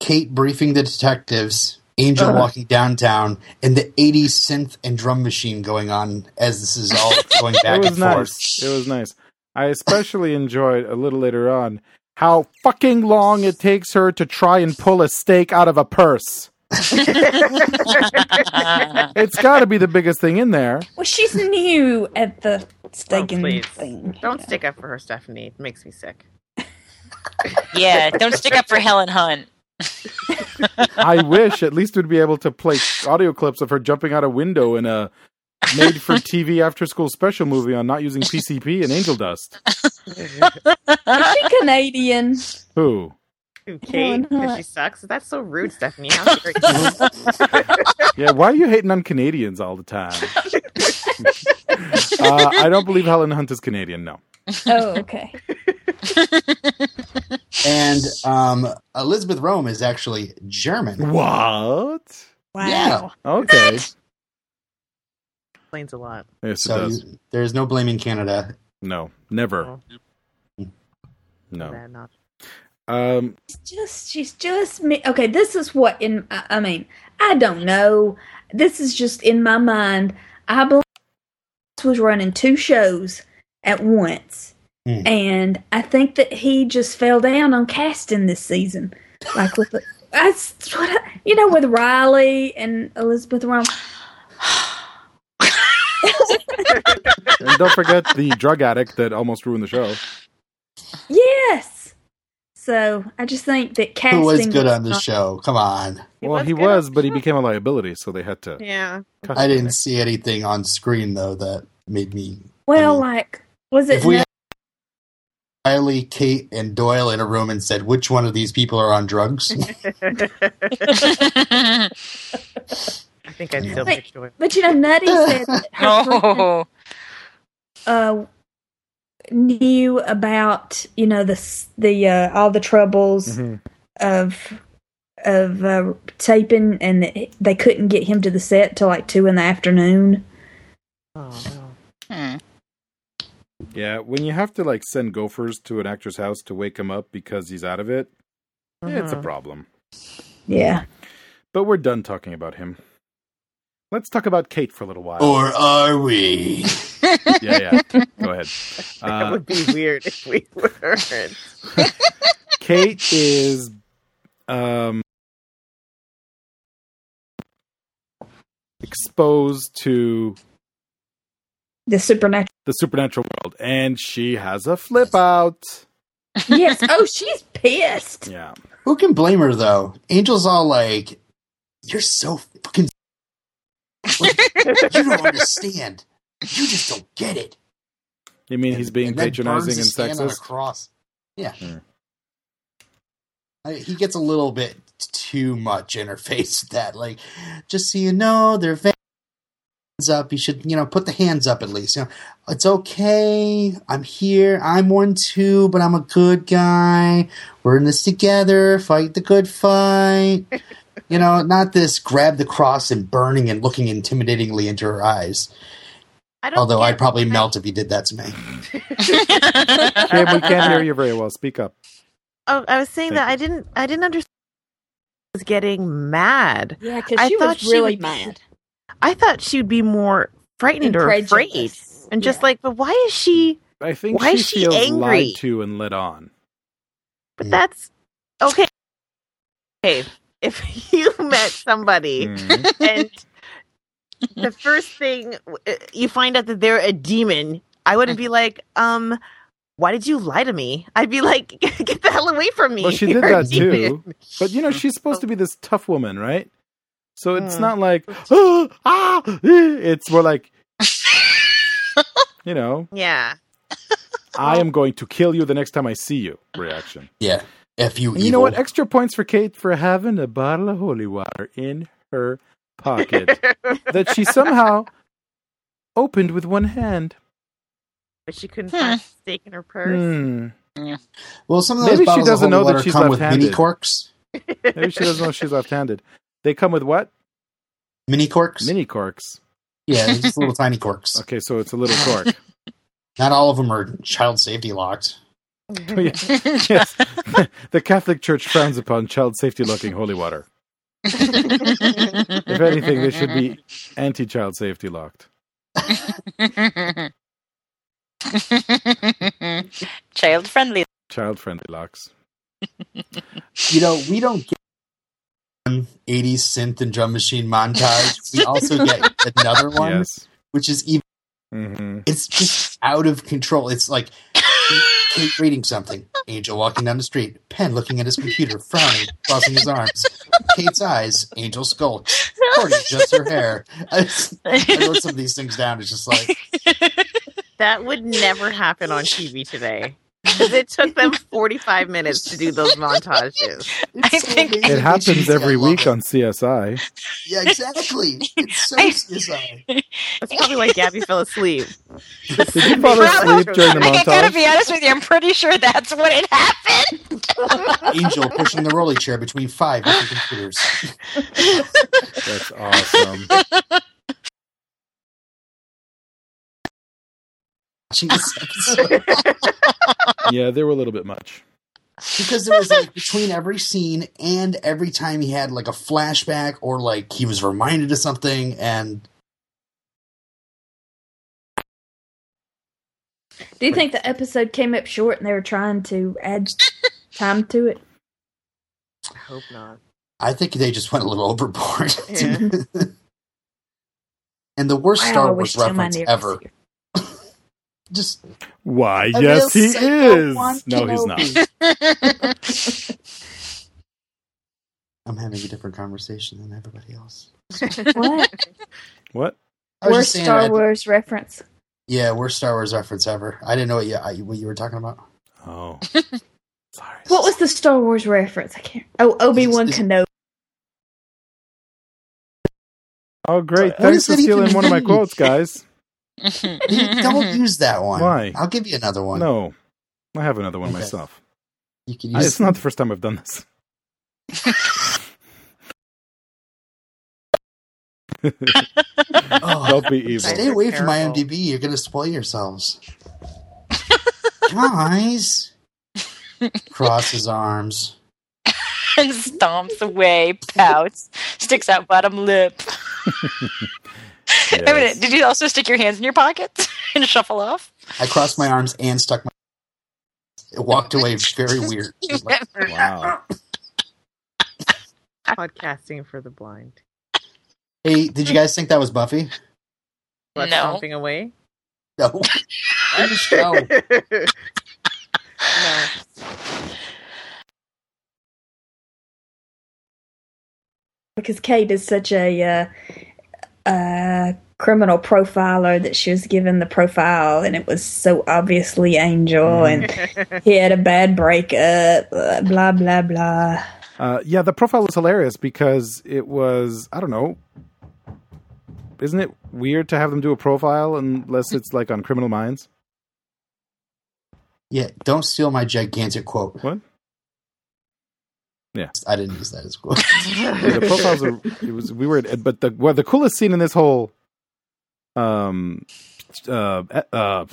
Speaker 3: Kate briefing the detectives, Angel
Speaker 5: Uh-huh.
Speaker 3: walking downtown, and the 80s synth and drum machine going on as this is
Speaker 4: (laughs)
Speaker 3: all going back
Speaker 4: it was
Speaker 3: and
Speaker 4: nice.
Speaker 3: forth?
Speaker 4: It was nice. I especially enjoyed a little later on how fucking long it takes her to try and pull a steak out of a purse. It's got to be the biggest thing in there.
Speaker 6: well, she's new at the
Speaker 5: Oh,
Speaker 6: staking
Speaker 5: please.
Speaker 6: thing.
Speaker 5: Don't stick up for her, Stephanie. It makes me sick.
Speaker 1: yeah, don't stick up for Helen
Speaker 3: (laughs)
Speaker 1: Hunt. (sighs)
Speaker 4: I wish at least we'd be able to play audio clips of her jumping out a window in a made for TV after school special movie on not using PCP and angel dust.
Speaker 6: Is
Speaker 5: (laughs)
Speaker 6: she Canadian?
Speaker 4: Who?
Speaker 5: Okay,
Speaker 6: No, I'm
Speaker 5: because
Speaker 6: not.
Speaker 5: she sucks. That's so rude, Stephanie. How dare you?
Speaker 4: Yeah, why are you hating on Canadians all the time? uh, I don't believe Helen Hunt is Canadian, no.
Speaker 6: Oh, okay.
Speaker 3: And um, Elizabeth Rome is actually German.
Speaker 4: What?
Speaker 6: Wow.
Speaker 3: Yeah.
Speaker 4: Okay.
Speaker 5: explains a lot.
Speaker 4: Yes, it
Speaker 3: So
Speaker 4: does.
Speaker 3: you- there's no blaming Canada.
Speaker 4: No, never. No.
Speaker 5: Bad knowledge.
Speaker 4: Um,
Speaker 6: It's just she's just me. Okay, this is what in I I mean I don't know. This is just in my mind. I believe was running two shows at once,
Speaker 3: Hmm.
Speaker 6: and I think that he just fell down on casting this season. Like with the, that's what I, you know with Riley and Elizabeth Rome.
Speaker 4: and don't forget the drug addict that almost ruined the show.
Speaker 6: Yes. So I just think that casting
Speaker 3: Who was good on this
Speaker 6: not-
Speaker 3: show? Come on.
Speaker 4: well, he
Speaker 5: good
Speaker 4: was,
Speaker 5: on-
Speaker 4: but he became a liability, so they had to.
Speaker 5: (laughs) Yeah.
Speaker 4: cut
Speaker 3: I
Speaker 4: him.
Speaker 3: didn't see anything on screen though that made me.
Speaker 6: Well, like was it?
Speaker 3: If we
Speaker 6: no-
Speaker 3: had Riley, Kate, and Doyle in a room and said which one of these people are on
Speaker 6: (laughs)
Speaker 3: drugs,
Speaker 5: I think I'd still
Speaker 6: Wait.
Speaker 5: pick Joy.
Speaker 6: but you know, Nutty said that her friend-
Speaker 1: oh,
Speaker 6: uh knew about you know the s- the uh, all the troubles
Speaker 3: Mm-hmm.
Speaker 4: Mhm.
Speaker 6: of of uh, taping and that they couldn't get him to the set till like two in the afternoon
Speaker 5: Oh, no.
Speaker 1: Hmm.
Speaker 4: Yeah, when you have to like send gophers to an actor's house to wake him up because he's out of it, yeah, it's
Speaker 3: Uh-huh.
Speaker 4: a
Speaker 5: Mhm.
Speaker 4: problem.
Speaker 6: yeah
Speaker 4: But we're done talking about him. Let's talk about Kate for a little while.
Speaker 3: or are we?
Speaker 4: (laughs) yeah, yeah.
Speaker 3: (laughs)
Speaker 4: Go ahead.
Speaker 5: (laughs) That
Speaker 4: Uh,
Speaker 5: would be weird if we (laughs) weren't.
Speaker 3: (laughs)
Speaker 4: Kate is um exposed to
Speaker 5: (laughs)
Speaker 6: the supernatural
Speaker 4: the supernatural world and she has a flip out.
Speaker 6: yes oh she's pissed
Speaker 4: Yeah.
Speaker 3: Who can blame her though? Angel's all like, "You're so fucking. Like, you
Speaker 6: (laughs)
Speaker 3: don't understand. You just don't get it."
Speaker 4: You mean
Speaker 3: And-
Speaker 4: he's being
Speaker 3: and then
Speaker 4: patronizing
Speaker 3: burns
Speaker 4: and
Speaker 3: his hand on a
Speaker 4: sexist?
Speaker 3: cross. Yeah.
Speaker 4: Hmm.
Speaker 3: I- he gets a little bit too much in her (laughs) face with that. Like, just so you know, they're va- hands up. You should, you know, put the hands up at least. You know, it's okay. I'm here. I'm one too, but I'm a good guy. We're in this together. Fight the good fight. (laughs) You know, not this grab the cross and burning and looking intimidatingly into her eyes.
Speaker 5: I don't
Speaker 3: Although
Speaker 5: care.
Speaker 3: I'd probably melt if he did that to me.
Speaker 4: Kim, we
Speaker 1: (laughs)
Speaker 4: can't hear you very well. Speak up.
Speaker 5: Oh, I was saying
Speaker 4: Thank
Speaker 5: that
Speaker 4: you.
Speaker 5: I didn't. I didn't understand. she Was getting mad.
Speaker 6: yeah
Speaker 5: I
Speaker 6: because she
Speaker 5: thought
Speaker 6: was
Speaker 5: she
Speaker 6: really
Speaker 5: would be
Speaker 6: mad
Speaker 5: I thought she'd be more frightened or afraid,
Speaker 6: prejudiced.
Speaker 5: and just
Speaker 6: Yeah.
Speaker 5: like, but why is she?
Speaker 4: I think
Speaker 5: Why
Speaker 4: she
Speaker 5: is she
Speaker 4: feels
Speaker 5: angry?
Speaker 4: lied to and led on.
Speaker 5: But
Speaker 3: Mm.
Speaker 5: that's
Speaker 4: (laughs)
Speaker 5: okay. Okay, if (laughs) you met somebody
Speaker 4: Mhm.
Speaker 5: and the first thing uh, you find out that they're a demon, I wouldn't
Speaker 4: Mm-hmm.
Speaker 5: be like, um, why did you lie to me? I'd be like, (laughs) get the hell away from me.
Speaker 4: Well,
Speaker 5: (laughs)
Speaker 4: she did
Speaker 5: You're a
Speaker 4: that
Speaker 5: demon."
Speaker 4: too. But you know, she's supposed to be this tough woman, right? So it's
Speaker 5: Hmm.
Speaker 4: not
Speaker 5: (laughs)
Speaker 4: like (gasps) "Ah, ah, eh." it's more like you know, (laughs)
Speaker 5: Yeah.
Speaker 4: I am going to kill you the next time I see you
Speaker 5: (laughs)
Speaker 4: reaction.
Speaker 3: Yeah. F you,
Speaker 4: And you know what?
Speaker 3: evil.
Speaker 4: Extra points for Kate for having a bottle of holy water in her
Speaker 5: (laughs)
Speaker 4: pocket
Speaker 5: but
Speaker 4: that she somehow opened with one hand.
Speaker 5: she couldn't
Speaker 1: Hmm.
Speaker 5: find a steak in her purse.
Speaker 4: Hmm.
Speaker 1: Yeah.
Speaker 3: Well, some of those
Speaker 4: Maybe she
Speaker 3: bottles of
Speaker 4: doesn't
Speaker 3: holy
Speaker 4: know that
Speaker 3: water
Speaker 4: she's
Speaker 3: come with mini
Speaker 4: left-handed.
Speaker 3: corks.
Speaker 4: Maybe she doesn't know
Speaker 5: (laughs)
Speaker 4: she's left-handed. They come with what?
Speaker 3: Mini corks.
Speaker 4: Mini corks.
Speaker 3: yeah,
Speaker 4: (laughs)
Speaker 3: they're just little tiny corks.
Speaker 4: Okay, so it's a little cork.
Speaker 3: Not all of them are child safety locked.
Speaker 4: Mm.
Speaker 5: (laughs)
Speaker 4: Oh,
Speaker 1: (laughs)
Speaker 4: yes, the Catholic Church frowns upon child safety locking holy water. If anything, they should be anti-child safety locked.
Speaker 1: (laughs) child
Speaker 4: (laughs)
Speaker 1: friendly.
Speaker 4: Child-friendly locks.
Speaker 3: You know, we don't get one 80s synth and drum machine montage.
Speaker 4: (laughs)
Speaker 3: We also get another one,
Speaker 4: Yes.
Speaker 3: which is even
Speaker 4: hmm
Speaker 3: it's just out of control. It's like Kate reading something, Angel walking down the street, Pen looking at his computer, frowning, crossing his arms, Kate's eyes, Angel skulks, Cory adjusts her hair. (laughs) I, just- I wrote some of these things down. It's just like
Speaker 5: That would never happen on
Speaker 4: (laughs)
Speaker 5: TV today. 'Cause it took them 45 minutes to do those montages.
Speaker 1: I think-
Speaker 3: amazing.
Speaker 4: It happens every
Speaker 3: I love
Speaker 4: week
Speaker 3: it. (laughs)
Speaker 4: on CSI.
Speaker 3: Yeah, exactly. It's so
Speaker 1: I-
Speaker 3: CSI.
Speaker 5: That's probably why Gabby fell asleep.
Speaker 4: Did you fall asleep during the
Speaker 1: I gotta
Speaker 4: montage?
Speaker 1: be honest with you. I'm pretty sure that's what it
Speaker 3: (laughs)
Speaker 1: happened.
Speaker 3: Angel pushing the rolly chair between five different computers.
Speaker 4: That's awesome.
Speaker 3: Watching this episode.
Speaker 4: Yeah, they were a little bit much.
Speaker 3: because there was like between every scene and every time he had like a flashback or like he was reminded of something and
Speaker 6: Do you think the episode came up short and they were trying to
Speaker 5: (laughs)
Speaker 6: add time to it?
Speaker 5: I hope not.
Speaker 3: i think they just went a little (laughs) overboard
Speaker 5: Yeah.
Speaker 3: (laughs) and the worst
Speaker 6: Wow, I
Speaker 3: star
Speaker 6: wish
Speaker 3: wars
Speaker 6: Gemini
Speaker 3: reference
Speaker 6: knew.
Speaker 3: ever just
Speaker 4: Why?
Speaker 3: A
Speaker 4: yes, he
Speaker 3: real psycho
Speaker 4: is.
Speaker 3: wants
Speaker 4: No,
Speaker 3: to
Speaker 4: he's
Speaker 3: know
Speaker 4: not.
Speaker 3: (laughs) me. i'm having a different conversation than everybody else (laughs)
Speaker 6: What?
Speaker 4: What?
Speaker 3: I was
Speaker 6: Worst
Speaker 3: just saying
Speaker 6: Star
Speaker 3: that-
Speaker 6: Wars reference.
Speaker 3: yeah worst star wars reference ever i didn't know what you, I, what you were talking about
Speaker 4: Oh, sorry.
Speaker 6: What was the Star Wars reference? I can't. Oh, Obi Wan
Speaker 3: It's-
Speaker 6: Kenobi.
Speaker 4: Oh, great!
Speaker 3: What does
Speaker 4: Thanks for
Speaker 3: that even
Speaker 4: stealing one of my
Speaker 3: mean? (laughs)
Speaker 4: quotes, guys.
Speaker 3: You
Speaker 1: (laughs)
Speaker 3: don't use that one
Speaker 4: Why?
Speaker 3: i'll give you another one
Speaker 4: No, I have another one
Speaker 3: Okay.
Speaker 4: myself.
Speaker 3: you can
Speaker 4: I-
Speaker 3: use
Speaker 4: It's not the first time I've done (laughs) this.
Speaker 3: Oh.
Speaker 4: (laughs) Don't
Speaker 1: (laughs)
Speaker 4: be evil.
Speaker 3: Stay away from
Speaker 5: Terrible.
Speaker 3: IMDb. You're going to spoil yourselves. Guys. Cross his arms.
Speaker 1: and stomps away, pouts, sticks out bottom lip. Wait a minute,
Speaker 4: Yes.
Speaker 1: did you also stick your hands in your pockets (laughs) and shuffle
Speaker 4: (laughs)
Speaker 1: off?
Speaker 3: I crossed my arms and stuck my. It walked away very weird. It was like,
Speaker 4: Wow.
Speaker 5: Podcasting for the blind.
Speaker 3: hey, did you guys think that was Buffy? (laughs)
Speaker 5: What,
Speaker 1: No.
Speaker 5: stomping away?
Speaker 3: No. It was
Speaker 5: Oh.
Speaker 3: Joe.
Speaker 5: (laughs) no.
Speaker 6: because Kate is such a uh, uh, criminal profiler that she was given the profile, and it was so obviously Angel,
Speaker 5: Mm-hmm.
Speaker 6: and he had a bad breakup, uh, blah blah blah.
Speaker 4: Uh, yeah, the profile was hilarious because it was I don't know. Isn't it weird to have them do a profile unless it's like on Criminal Minds?
Speaker 3: (laughs) Yeah, don't steal my gigantic quote.
Speaker 4: What? Yeah.
Speaker 3: I didn't use that as a quote.
Speaker 4: Yeah, the profiles (laughs) are it was weird, but the well, the coolest scene in this whole um uh, uh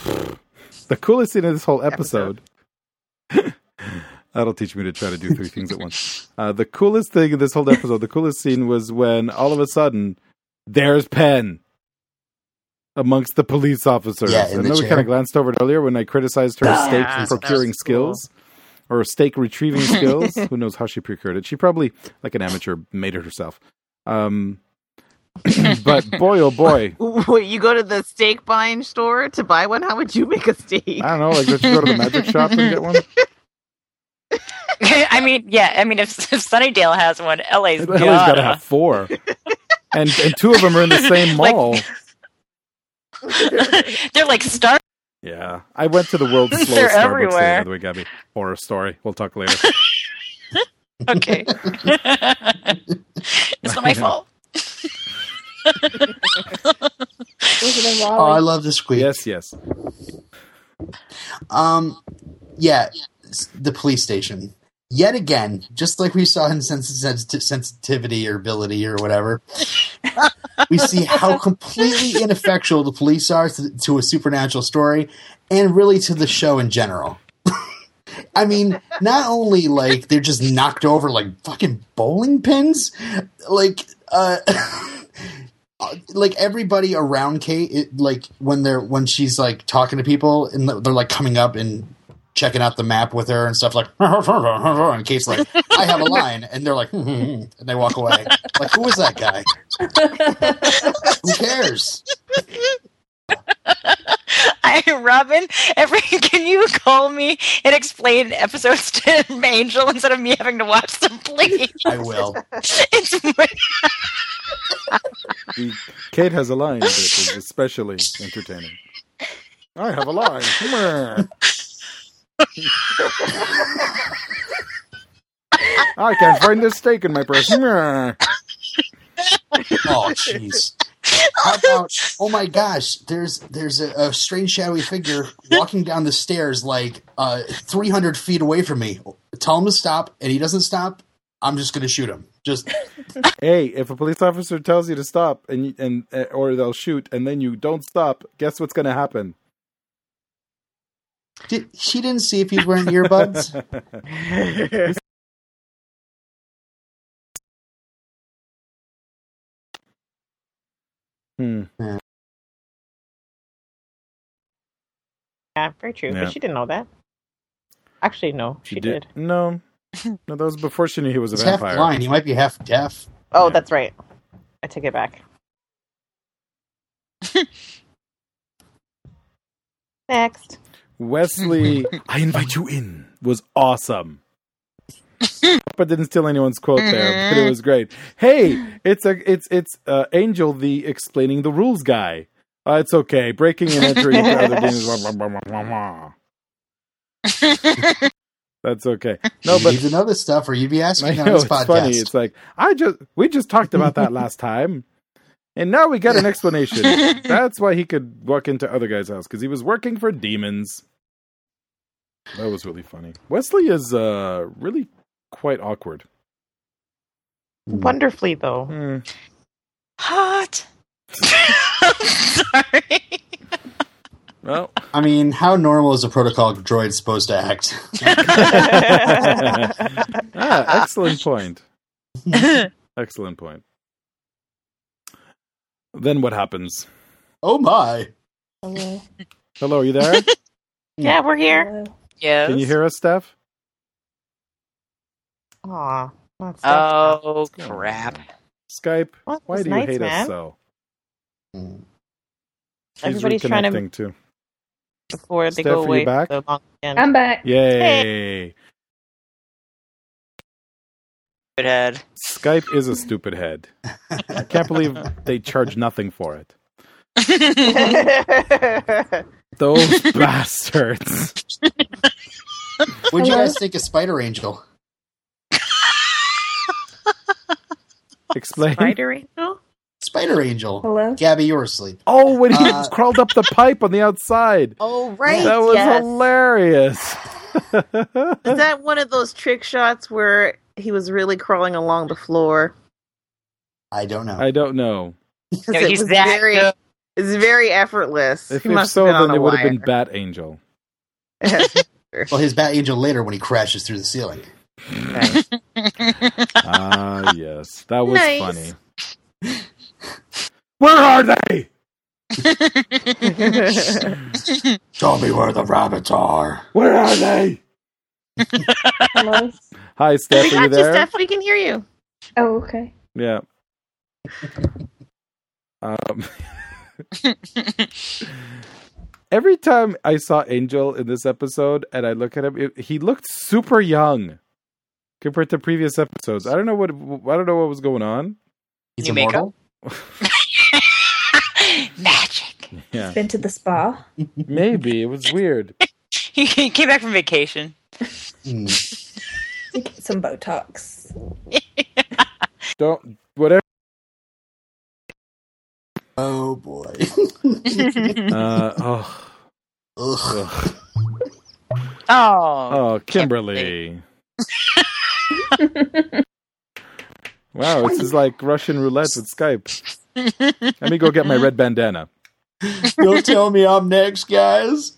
Speaker 4: the coolest scene in this whole episode. (laughs) That'll teach me to try to do three things at once. Uh, the coolest thing in this whole episode, the coolest scene was when all of a sudden there's Penn amongst the police officers.
Speaker 3: Yeah, in
Speaker 4: I
Speaker 3: the
Speaker 4: know we
Speaker 3: chair.
Speaker 4: kind of glanced over it earlier when I criticized her
Speaker 6: Yeah,
Speaker 4: steak
Speaker 5: that was
Speaker 4: procuring
Speaker 5: cool.
Speaker 4: skills or
Speaker 1: (laughs)
Speaker 4: steak retrieving skills. Who knows how she procured it? She probably, like an amateur, made it herself. Um, (clears throat) but boy, oh boy,
Speaker 5: (laughs) Wait, you go to the steak buying store to buy one? How would you make a steak? (laughs)
Speaker 4: I don't know. Like, did you go to
Speaker 1: (laughs)
Speaker 4: the magic shop and get one?
Speaker 1: I mean, yeah, I mean, if, if Sunnydale has one, LA's
Speaker 4: He's
Speaker 1: got
Speaker 4: got to have four, and and two of them
Speaker 1: (laughs)
Speaker 4: are in the same
Speaker 1: Like-
Speaker 4: mall.
Speaker 1: (laughs) They're like star.
Speaker 4: Yeah, I went to the world's
Speaker 1: They're
Speaker 4: slowest Starbucks today.
Speaker 1: everywhere.
Speaker 4: By the way, Gabby, horror story. We'll talk later.
Speaker 1: Okay, (laughs) it's not my fault.
Speaker 6: Was it a
Speaker 3: Oh, I
Speaker 6: Wally?
Speaker 3: love this queen.
Speaker 4: yes, yes.
Speaker 3: Um, yeah, the police station. Yet again, just like we saw in sens- sens- sensitivity or ability or whatever, we see how completely ineffectual the police are to, to a supernatural story and really to the show in general. (laughs) I mean, not only like they're just knocked over like fucking bowling pins, like uh (laughs) like everybody around Kate, it, like when they're when she's like talking to people and they're like coming up and checking out the map with her and stuff like (laughs) and Kate's like I have a line and they're like (laughs) "Hmm, hmm, hmm," and they walk away like who was that guy who cares
Speaker 1: I, Robin, every can you call me and explain episodes to Angel instead of me having to watch them,
Speaker 4: (laughs)
Speaker 1: please?
Speaker 3: I will
Speaker 1: It's
Speaker 4: The- Kate has a line that is especially entertaining. I have a line. Meh. I can't find this steak in my purse. Meh.
Speaker 3: oh jeez How about- oh my gosh there's there's a, a strange shadowy figure walking down the stairs like uh 300 feet away from me tell him to stop and he doesn't stop I'm just gonna shoot him just
Speaker 4: Hey, if a police officer tells you to stop and you- and uh, or they'll shoot and then you don't stop, guess what's going to happen?
Speaker 3: did, she didn't see if he was wearing
Speaker 4: (laughs)
Speaker 3: earbuds
Speaker 4: Hmm.
Speaker 5: Yeah, very true.
Speaker 4: Yeah.
Speaker 5: But she didn't know that. Actually, no, she, did.
Speaker 4: No. No, that was before she knew he was a
Speaker 3: He's half
Speaker 4: vampire.
Speaker 3: blind. He might be half deaf.
Speaker 5: Oh,
Speaker 4: Yeah.
Speaker 5: that's right. I take it (laughs) back. Next.
Speaker 4: Wesley, (laughs) I invite you in, was awesome. (laughs) but didn't steal anyone's quote there, but it was great. Hey, it's a it's it's uh, Angel, the explaining the rules guy. Uh, it's okay. Breaking and entering into other (laughs) games. blah, blah, blah, blah, blah, blah. That's okay. No,
Speaker 3: you
Speaker 4: but
Speaker 3: need to know this stuff, or you'd be
Speaker 4: I
Speaker 3: asking
Speaker 4: (laughs)
Speaker 3: on
Speaker 4: know
Speaker 3: this
Speaker 4: it's
Speaker 3: podcast.
Speaker 4: funny. It's like I just we just talked about that last time, and now we got an
Speaker 3: (laughs)
Speaker 4: explanation. That's why he could walk into other guys' house because he was working for demons. That was really funny. Wesley is uh really quite awkward. (laughs)
Speaker 5: Wonderfully, though. (laughs)
Speaker 4: Hmm.
Speaker 1: hot. (laughs) I'm sorry.
Speaker 4: Well,
Speaker 3: I mean, how normal is a protocol droid supposed to act? (laughs)
Speaker 4: (laughs) ah, excellent point.
Speaker 1: (laughs)
Speaker 4: Excellent point. Then what happens?
Speaker 3: oh my!
Speaker 6: Hello.
Speaker 4: Hello, are you
Speaker 3: (laughs)
Speaker 4: there?
Speaker 5: yeah, we're here.
Speaker 6: Hello.
Speaker 1: Yes.
Speaker 4: Can you hear us, Steph?
Speaker 5: Aw. that's-
Speaker 1: Oh crap!
Speaker 4: Skype.
Speaker 5: well, it
Speaker 4: Why
Speaker 5: was
Speaker 4: do you
Speaker 5: nice,
Speaker 4: hate
Speaker 5: man.
Speaker 4: us so?
Speaker 3: Mm.
Speaker 4: She's
Speaker 5: Everybody's trying to-
Speaker 4: reconnecting too.
Speaker 5: Before they
Speaker 4: Steph, are
Speaker 5: go
Speaker 4: you
Speaker 5: away.
Speaker 4: back?
Speaker 5: for the long weekend.
Speaker 6: I'm back.
Speaker 4: Yay!
Speaker 1: Good head.
Speaker 4: Skype is a stupid head. I can't believe they charge nothing for it.
Speaker 5: (laughs)
Speaker 4: Those bastards.
Speaker 3: (laughs) What'd you
Speaker 6: Hello?
Speaker 3: guys think of Spider Angel?
Speaker 4: Explain.
Speaker 5: Spider Angel?
Speaker 3: Spider Angel.
Speaker 6: Hello.
Speaker 3: Gabby, you were asleep.
Speaker 4: Oh, when he
Speaker 3: Uh,
Speaker 4: crawled up the pipe on the outside.
Speaker 5: Oh, right.
Speaker 4: that was
Speaker 5: yes. (laughs)
Speaker 4: hilarious.
Speaker 5: Is that one of those trick shots where he was really crawling along the floor?
Speaker 3: I don't know.
Speaker 4: I don't know.
Speaker 5: 'Cause
Speaker 1: No,
Speaker 5: it
Speaker 1: he's
Speaker 5: was
Speaker 1: that
Speaker 5: very,
Speaker 1: good.
Speaker 5: It's very effortless.
Speaker 4: If,
Speaker 5: he
Speaker 4: if
Speaker 5: must
Speaker 4: so,
Speaker 5: have been on
Speaker 4: then
Speaker 5: the
Speaker 4: it would have
Speaker 5: wire.
Speaker 4: been Bat Angel.
Speaker 5: (laughs)
Speaker 3: well, his Bat Angel later when he crashes through the ceiling.
Speaker 5: (laughs)
Speaker 4: Ah, yes. That was
Speaker 5: Nice.
Speaker 4: funny. Where are they?
Speaker 3: Show me where the rabbits are.
Speaker 4: Where are they?
Speaker 6: (laughs) Hello.
Speaker 4: Hi,
Speaker 5: we
Speaker 4: Steph. Are you
Speaker 5: got you,
Speaker 4: there?
Speaker 5: Steph. We can hear you.
Speaker 6: Oh, okay.
Speaker 4: Yeah. (laughs) Um, (laughs) every time I saw Angel in this episode and I look at him, it, he looked super young compared to previous episodes. I don't know what I don't know what was going on.
Speaker 3: He's
Speaker 1: New makeup?
Speaker 3: immortal.
Speaker 1: (laughs) Magic.
Speaker 4: Yeah,
Speaker 6: Been to the spa.
Speaker 4: (laughs) maybe it was weird.
Speaker 1: He he came back from vacation.
Speaker 3: Hmm.
Speaker 6: Get some Botox.
Speaker 4: Don't whatever.
Speaker 3: (laughs) Oh boy.
Speaker 4: Uh, oh,
Speaker 3: (laughs) Ugh.
Speaker 4: (laughs) ugh.
Speaker 1: Oh,
Speaker 4: Oh, Kimberly. (laughs) wow, this is like Russian roulette with Skype. Let me go get my red bandana.
Speaker 3: Don't tell me I'm next, guys.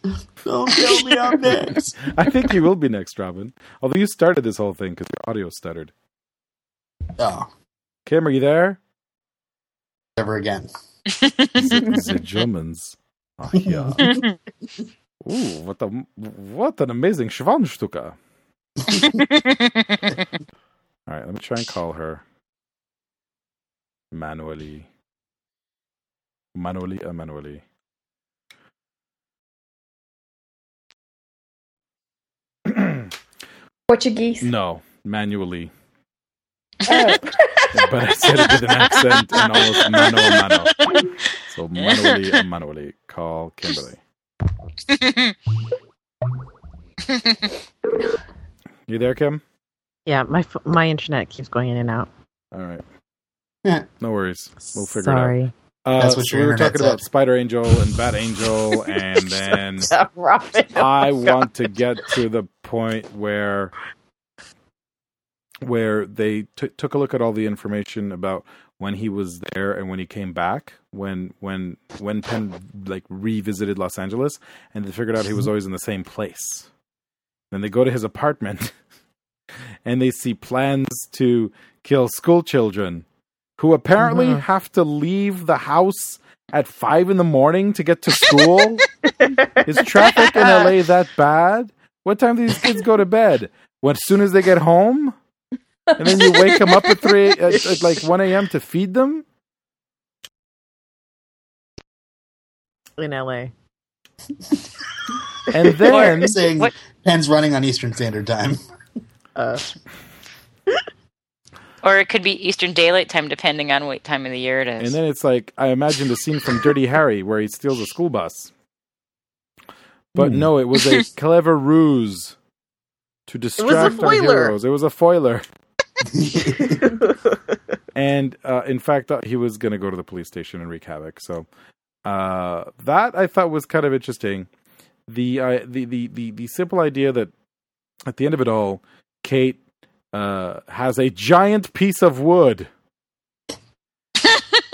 Speaker 3: Don't tell me I'm next.
Speaker 4: I think you will be next, Robin. Although you started this whole thing because your audio stuttered.
Speaker 3: Oh,
Speaker 4: Kim, are you there?
Speaker 3: never again.
Speaker 4: the Germans. Ah, yeah. Ooh, what a what an amazing Schwanstucker. All right, let me try and call her manually. Manually, uh, manually.
Speaker 6: Portuguese.
Speaker 4: No, manually.
Speaker 6: Oh.
Speaker 4: But I said it with an accent and almost mano a mano. So manually, uh, manually. Call Kimberly. You there, Kim?
Speaker 5: (laughs) Yeah, my ph- my internet keeps going in and out.
Speaker 4: All right.
Speaker 3: Yeah.
Speaker 4: No worries. We'll figure it out.
Speaker 5: (laughs) Sorry.
Speaker 4: Uh,
Speaker 3: That's what
Speaker 4: so
Speaker 3: your
Speaker 4: we were
Speaker 3: internet
Speaker 4: talking
Speaker 3: said.
Speaker 4: about Spider Angel and Bat Angel, and
Speaker 3: (laughs)
Speaker 4: then
Speaker 5: So, Robin, (laughs) oh
Speaker 4: I
Speaker 5: my God.
Speaker 4: want to get to the point where where they t- took a look at all the information about when he was there and when he came back when when when Penn like revisited Los Angeles and they figured out he was always in the same place. Then they go to his apartment (laughs) and they see plans to kill school children who apparently
Speaker 5: Mhm.
Speaker 4: have to leave the house at five in the morning to get to school. Is traffic in LA that bad? What time do these kids go to bed? What, as soon as they get home? And then you wake them up at three, at, at like one a.m. to feed them.
Speaker 5: in LA.
Speaker 4: And then
Speaker 3: I'm saying
Speaker 1: What?
Speaker 3: Penn's running on Eastern Standard (laughs) Time.
Speaker 5: Uh,
Speaker 4: (laughs)
Speaker 1: or it could be Eastern Daylight Time, depending on what time of the year it is.
Speaker 4: And then it's like I imagine the scene from Dirty Harry where he steals a school bus. But
Speaker 3: Hmm.
Speaker 4: no, it was a clever ruse to distract our
Speaker 5: foiler.
Speaker 4: heroes. It was a foiler.
Speaker 5: Mm-hmm.
Speaker 4: And uh, in fact, uh, he was going to go to the police station and wreak havoc. So uh, that I thought was kind of interesting. The, uh, the the the the simple idea that at the end of it all, Kate uh, has a giant piece of wood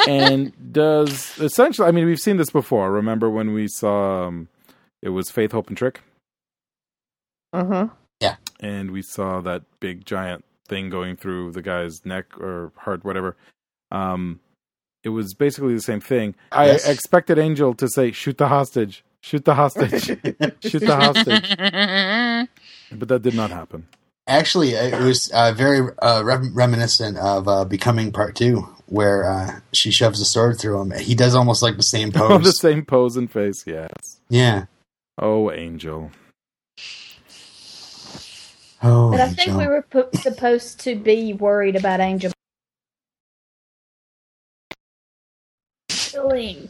Speaker 4: and does essentially. I mean, we've seen this before. Remember when we saw um, it was Faith, Hope, and Trick,
Speaker 5: mhm.
Speaker 4: and we saw that big giant thing going through the guy's neck or heart, whatever. Um, it was basically the same thing. I
Speaker 3: Yes.
Speaker 4: expected Angel to say, "Shoot the hostage! Shoot the
Speaker 6: (laughs)
Speaker 4: hostage! Shoot the hostage!" But that did not happen.
Speaker 3: Actually, it was uh, very uh, rem- reminiscent of uh, Becoming Part Two, where uh, she shoves a sword through him. He does almost like the
Speaker 4: (laughs)
Speaker 3: same
Speaker 6: Oh,
Speaker 3: pose.
Speaker 4: the same pose and face. Yes.
Speaker 3: yeah.
Speaker 4: Oh, Angel.
Speaker 3: Oh,
Speaker 7: But I think
Speaker 3: John.
Speaker 7: we were pu- supposed to be worried about Angel. Killing.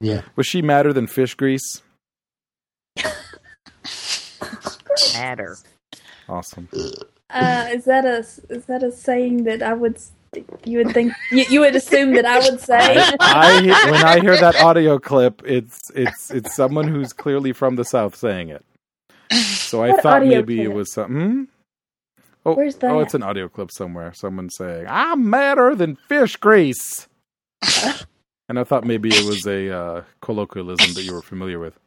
Speaker 3: yeah.
Speaker 4: Was she madder than fish grease?
Speaker 5: Matter.
Speaker 4: Awesome.
Speaker 6: Uh, is that a is that a saying that I would s- you would think you, you would assume that I
Speaker 4: (laughs)
Speaker 6: would say?
Speaker 4: I, I when I hear that audio clip, it's it's it's someone who's clearly from the South saying it. So I
Speaker 6: What
Speaker 4: thought
Speaker 6: audio
Speaker 4: maybe it
Speaker 6: clip?
Speaker 4: was hmm? something. Oh,
Speaker 6: Where's that?
Speaker 4: oh, it's an audio clip somewhere. Someone saying, "I'm madder than fish grease," and I thought maybe it was a uh, colloquialism that you were familiar with.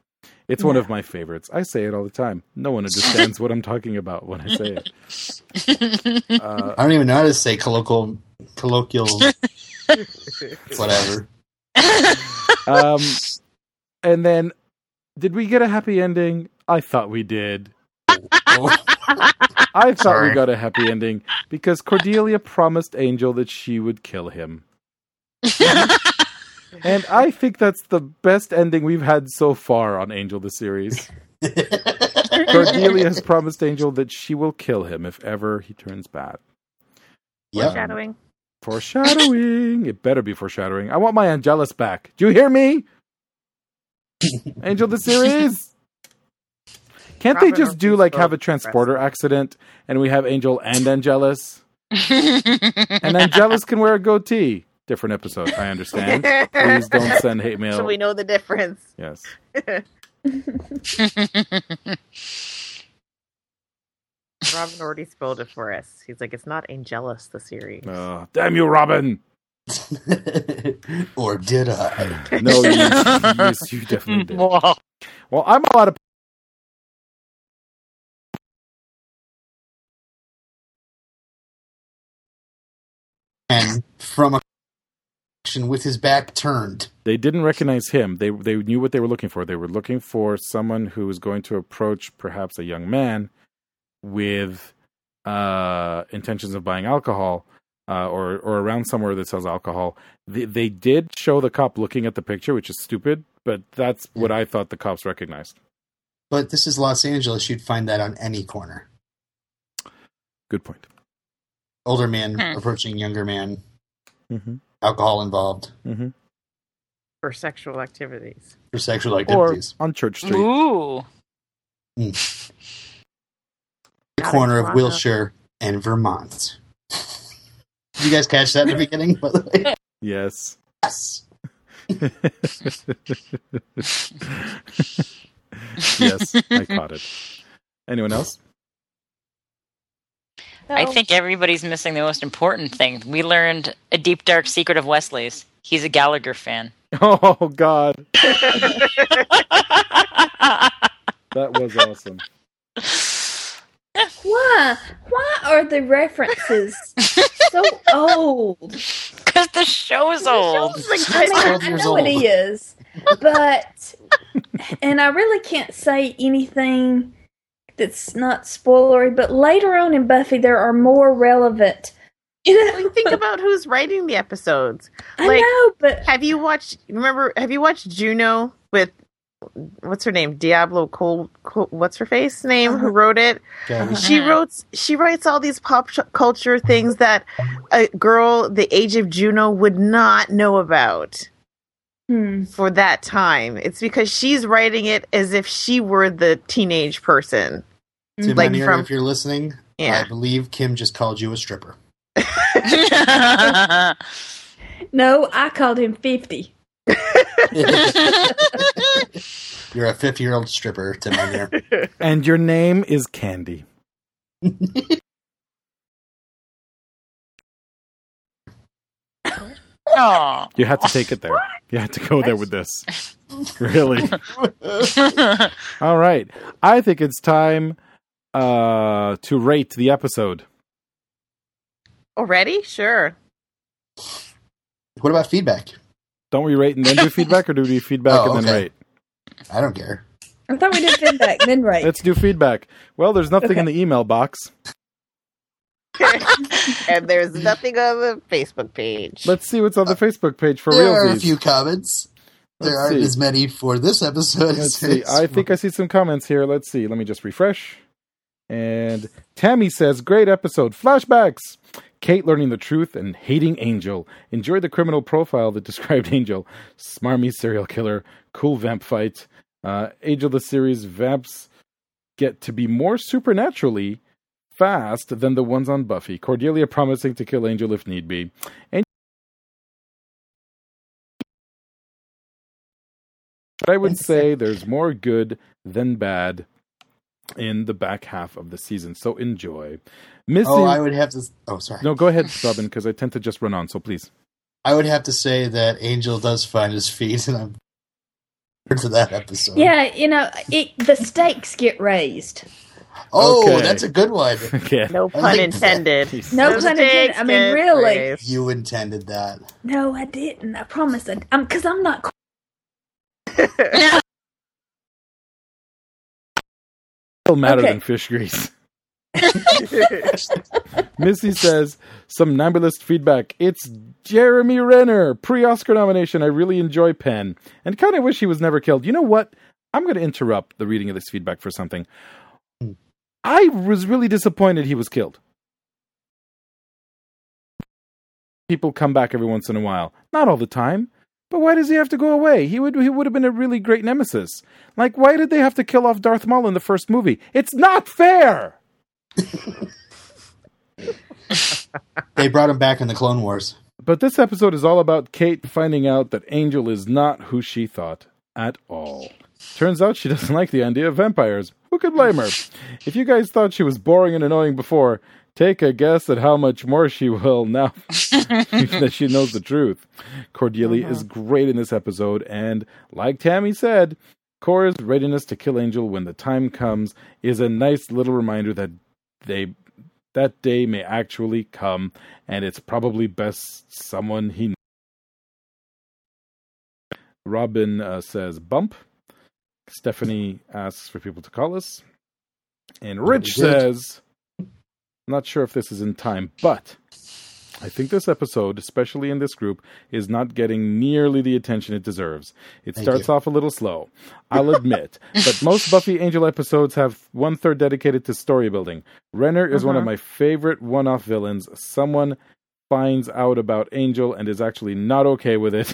Speaker 4: It's one of my favorites. I say it all the time. No one understands what I'm talking about when I say it. Uh,
Speaker 3: I don't even know how to say colloquial,
Speaker 4: (laughs)
Speaker 3: colloquial, whatever.
Speaker 4: um, and then, did we get a happy ending? I thought we did. I thought we
Speaker 3: Sorry.
Speaker 4: got a happy ending because Cordelia promised Angel that she would kill him. and I think that's the best ending we've had so far on Angel the series. Cordelia has promised Angel that she will kill him if ever he turns bad.
Speaker 3: yep.
Speaker 5: Shadowing.
Speaker 4: Foreshadowing. It better be foreshadowing. I want my Angelus back. Do you hear me? Angel the series. Can't they
Speaker 5: Robin
Speaker 4: just do
Speaker 5: Ortiz
Speaker 4: like
Speaker 5: will
Speaker 4: have a transporter accident and we have Angel and Angelus? And Angelus can wear a goatee. Different episode, I
Speaker 5: (laughs)
Speaker 4: understand. Please don't send hate mail.
Speaker 5: so we know the difference.
Speaker 4: Yes.
Speaker 5: Robin already spoiled it for us. He's like, it's not Angelus, the series.
Speaker 4: Uh, damn you, Robin!
Speaker 3: (laughs) or did I?
Speaker 4: No, you, yes, you
Speaker 1: (laughs)
Speaker 4: definitely did.
Speaker 1: Whoa.
Speaker 4: Well, I'm a lot of.
Speaker 3: And from a with his back turned.
Speaker 4: They didn't recognize him. They they knew what they were looking for. They were looking for someone who was going to approach perhaps a young man with uh, intentions of buying alcohol uh, or or around somewhere that sells alcohol. They, they did show the cop looking at the picture, which is stupid, but that's what I thought the cops recognized.
Speaker 3: But this is Los Angeles. You'd find that on any corner.
Speaker 4: Good point.
Speaker 3: Older man
Speaker 1: Hmm.
Speaker 3: approaching younger man,
Speaker 4: Mm-hmm.
Speaker 3: alcohol involved
Speaker 4: Mm-hmm.
Speaker 5: For sexual activities.
Speaker 3: for sexual
Speaker 4: Or
Speaker 3: activities.
Speaker 4: on Church Street.
Speaker 1: Ooh.
Speaker 3: the corner of Wilshire and Vermont. Did you guys catch that in the beginning? By the way,
Speaker 4: Yes.
Speaker 3: yes.
Speaker 4: yes, I caught it. Anyone else?
Speaker 1: I think everybody's missing the most important thing. We learned a deep, dark secret of Wesley's. He's a Gallagher fan. (laughs)
Speaker 4: Oh God,
Speaker 1: I
Speaker 4: that was awesome.
Speaker 7: Why? Why are the references so old?
Speaker 1: Because the show's old.
Speaker 7: I mean,
Speaker 3: Twelve
Speaker 7: I
Speaker 3: years
Speaker 7: know
Speaker 3: old.
Speaker 7: it is, but and I really can't say anything that's not spoilery. But later on in Buffy, there are more relevant. You know,
Speaker 5: Think about who's writing the episodes.
Speaker 7: I
Speaker 5: like-
Speaker 7: know, but
Speaker 5: Have you watched? Remember? Have you watched Juno with what's her name? Diablo Cole. Cole what's her face name? Who wrote it?
Speaker 3: Yeah, we-
Speaker 4: Uh-huh.
Speaker 5: She wrote. She writes all these pop ch- culture things that a girl the age of Juno would not know about
Speaker 7: hmm,
Speaker 5: for that time. It's because she's writing it as if she were the teenage person.
Speaker 3: Tim
Speaker 5: Like
Speaker 3: Ranieri,
Speaker 5: from-
Speaker 3: if you're listening,
Speaker 5: Yeah.
Speaker 3: I believe Kim just called you a stripper.
Speaker 1: (laughs)
Speaker 7: no, I called him fifty.
Speaker 1: (laughs)
Speaker 3: You're a 50 year old stripper, Tim Ranieri.
Speaker 4: And your name is Candy.
Speaker 1: Aw.
Speaker 4: You had to take it there. You had to go there with this. Really.
Speaker 1: Oh,
Speaker 4: All right. I think it's time uh to rate the episode.
Speaker 5: Already?
Speaker 4: (laughs)
Speaker 5: Sure. (laughs)
Speaker 3: what about feedback?
Speaker 4: Don't we rate and then do feedback, or do we do feedback
Speaker 3: Oh,
Speaker 4: and then
Speaker 3: okay.
Speaker 4: rate?
Speaker 3: I don't care.
Speaker 6: I thought we did feedback, then right.
Speaker 4: Let's do feedback. Well, there's nothing in the email box.
Speaker 5: and there's nothing on the Facebook page.
Speaker 4: Let's see what's on the Facebook page for
Speaker 3: there
Speaker 4: real.
Speaker 3: are a few comments. there
Speaker 4: Let's
Speaker 3: aren't
Speaker 4: see.
Speaker 3: as many for this episode
Speaker 4: Let's
Speaker 3: as
Speaker 4: see. I think I see some comments here. Let's see. Let me just refresh. And Tammy says, "Great episode. Flashbacks. Kate learning the truth and hating Angel. Enjoy the criminal profile that (laughs) described Angel. Smarmy serial killer. Cool vamp fight. Uh, Angel the series vamps get to be more supernaturally fast than the ones on Buffy. Cordelia promising to kill Angel if need be. And but I would say there's more good than bad in the back half of the season. So enjoy. Missy
Speaker 3: Oh, I would have to. Oh, sorry.
Speaker 4: No, go ahead, Robin, because I tend to just run on, so please. (laughs)
Speaker 3: I would have to say that Angel does find his feet, (laughs) and I'm for that episode.
Speaker 7: Yeah, you know, it, the stakes get raised.
Speaker 3: Oh,
Speaker 4: Okay.
Speaker 3: that's a good one.
Speaker 4: Okay.
Speaker 5: No
Speaker 3: I
Speaker 5: pun
Speaker 3: think-
Speaker 4: (laughs)
Speaker 5: intended.
Speaker 7: No
Speaker 5: Those
Speaker 7: pun intended.
Speaker 5: dicks
Speaker 7: I mean,
Speaker 5: get
Speaker 7: really.
Speaker 5: raised.
Speaker 3: You intended that.
Speaker 6: No, I didn't. I promise. I, I'm because I'm not.
Speaker 4: Still matter
Speaker 6: Okay.
Speaker 4: than fish grease.
Speaker 5: (laughs)
Speaker 4: Missy says, somnambulist feedback. It's Jeremy Renner, pre Oscar nomination. I really enjoy Penn and kind of wish he was never killed. You know what? I'm going to interrupt the reading of this feedback for something. I was really disappointed he was killed. People come back every once in a while, not all the time. But why does he have to go away? He would he would have been a really great nemesis. Like why did they have to kill off Darth Maul in the first movie? It's not fair.
Speaker 3: They brought him back in the Clone Wars.
Speaker 4: But this episode is all about Kate finding out that Angel is not who she thought at all. Turns out she doesn't like the idea of vampires. Who could blame her? If you guys thought she was boring and annoying before, take a guess at how much more she will now (laughs) that she knows the truth. Cordelia is great in this episode, and like Tammy said, Cora's readiness to kill Angel when the time comes is a nice little reminder that they that day may actually come, and it's probably best someone he. kn- Robin uh, says bump. Stephanie asks for people to call us, and Rich
Speaker 3: we did.
Speaker 4: says, "I'm not sure if this is in time, but." I think this episode, especially in this group, is not getting nearly the attention it deserves. It
Speaker 3: Thank
Speaker 4: starts
Speaker 3: you.
Speaker 4: off a little slow, I'll
Speaker 3: (laughs)
Speaker 4: admit, but most Buffy Angel episodes have one third dedicated to story building. Renner is
Speaker 3: Uh-huh.
Speaker 4: one of my favorite one off villains. Someone finds out about Angel and is actually not okay with it.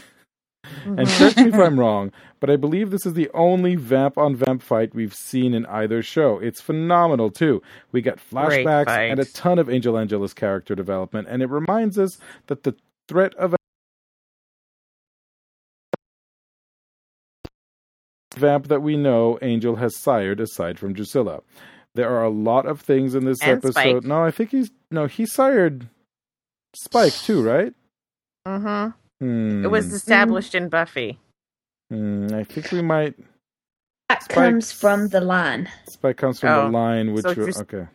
Speaker 7: Mm-hmm.
Speaker 4: and correct me if I'm wrong, but I believe this is the only vamp on vamp fight we've seen in either show. It's phenomenal, too. We got
Speaker 5: Great
Speaker 4: flashbacks
Speaker 5: fight.
Speaker 4: and a ton of Angel Angela's character development, and it reminds us that the threat of vamp that we know Angel has sired aside from Drusilla. There are a lot of things in this
Speaker 5: And
Speaker 4: episode.
Speaker 5: Spike.
Speaker 4: No, I think he's no, he sired Spike too, right?
Speaker 5: Mm-hmm.
Speaker 4: Hmm.
Speaker 5: It was established in Buffy.
Speaker 4: Hmm, I think we might
Speaker 7: That
Speaker 4: Spike-
Speaker 7: comes from the line.
Speaker 4: Spike comes from
Speaker 5: Oh.
Speaker 4: the line, which
Speaker 5: So
Speaker 4: we-
Speaker 5: just-
Speaker 4: okay.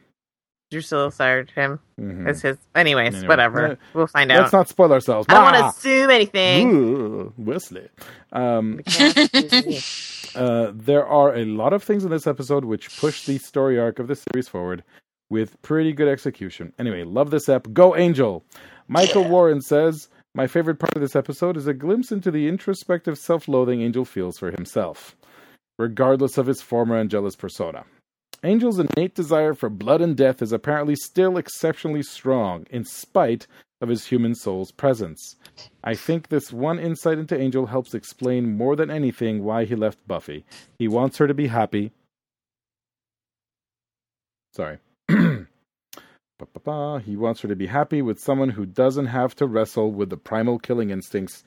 Speaker 5: Drusilla sired him
Speaker 4: Mhm.
Speaker 5: as his. Anyways,
Speaker 4: Anyway.
Speaker 5: whatever.
Speaker 4: Yeah.
Speaker 5: We'll find out.
Speaker 4: Let's not spoil ourselves.
Speaker 5: I don't want
Speaker 4: Bah!
Speaker 5: to assume anything.
Speaker 4: Ah. Ooh, Wesley. Um,
Speaker 5: We (laughs) can't assume.
Speaker 4: Uh, there are a lot of things in this episode which push the story arc of the series forward with pretty good execution. Anyway, love this ep. Go Angel. Michael Warren says, "My favorite part of this episode is a glimpse into the introspective self-loathing Angel feels for himself, regardless of his former Angelus persona." Angel's innate desire for blood and death is apparently still exceptionally strong in spite of his human soul's presence. I think this one insight into Angel helps explain more than anything why he left Buffy. He wants her to be happy. Sorry. (clears throat) Ba-ba-ba. he wants her to be happy with someone who doesn't have to wrestle with the primal killing instincts,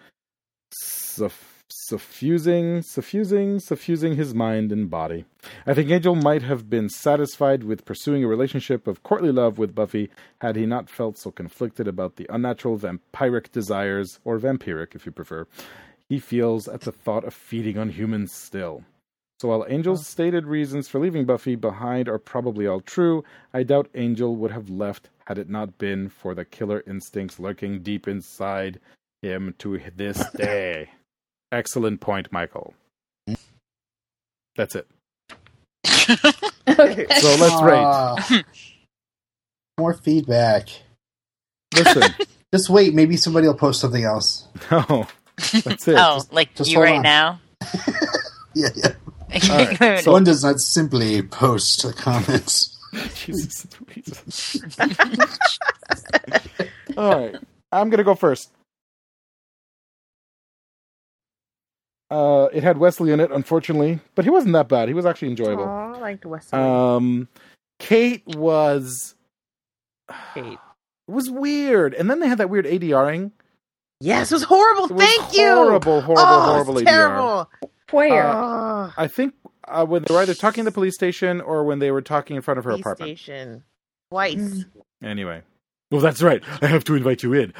Speaker 4: suff- suffusing, suffusing, suffusing his mind and body. I think Angel might have been satisfied with pursuing a relationship of courtly love with Buffy had he not felt so conflicted about the unnatural vampiric desires, or vampiric if you prefer, he feels at the thought of feeding on humans still. So while Angel's stated reasons for leaving Buffy behind are probably all true, I doubt Angel would have left had it not been for the killer instincts lurking deep inside him to this day. Excellent point, Michael. That's it. So let's rate.
Speaker 3: Ah. (laughs) More feedback.
Speaker 4: Listen.
Speaker 3: Just wait, maybe somebody will post something else. (laughs)
Speaker 4: No. That's it.
Speaker 1: oh, like
Speaker 3: just
Speaker 1: you
Speaker 3: hold
Speaker 1: right
Speaker 3: on.
Speaker 1: now?
Speaker 3: Yeah, yeah.
Speaker 1: (laughs)
Speaker 4: right, So-
Speaker 3: One does not simply post the comments.
Speaker 4: (laughs) Jesus. (laughs) All right. I'm going to go first. Uh, it had Wesley in it, unfortunately, but he wasn't that bad. He was actually enjoyable.
Speaker 5: Aw, I liked Wesley.
Speaker 4: Um, Kate was Uh,
Speaker 5: Kate.
Speaker 4: was weird, and then they had that weird ADRing.
Speaker 5: Yes, it was horrible.
Speaker 4: It was
Speaker 5: Thank you.
Speaker 4: Horrible, horrible,
Speaker 5: oh,
Speaker 4: horrible
Speaker 5: it's
Speaker 4: ADR.
Speaker 5: terrible.
Speaker 7: Where?
Speaker 5: Oh,
Speaker 4: I think uh, when they were either talking in the police station or when they were talking in front of her
Speaker 5: police
Speaker 4: apartment.
Speaker 5: station. Twice.
Speaker 4: Anyway. Well, that's right. I have to invite you in.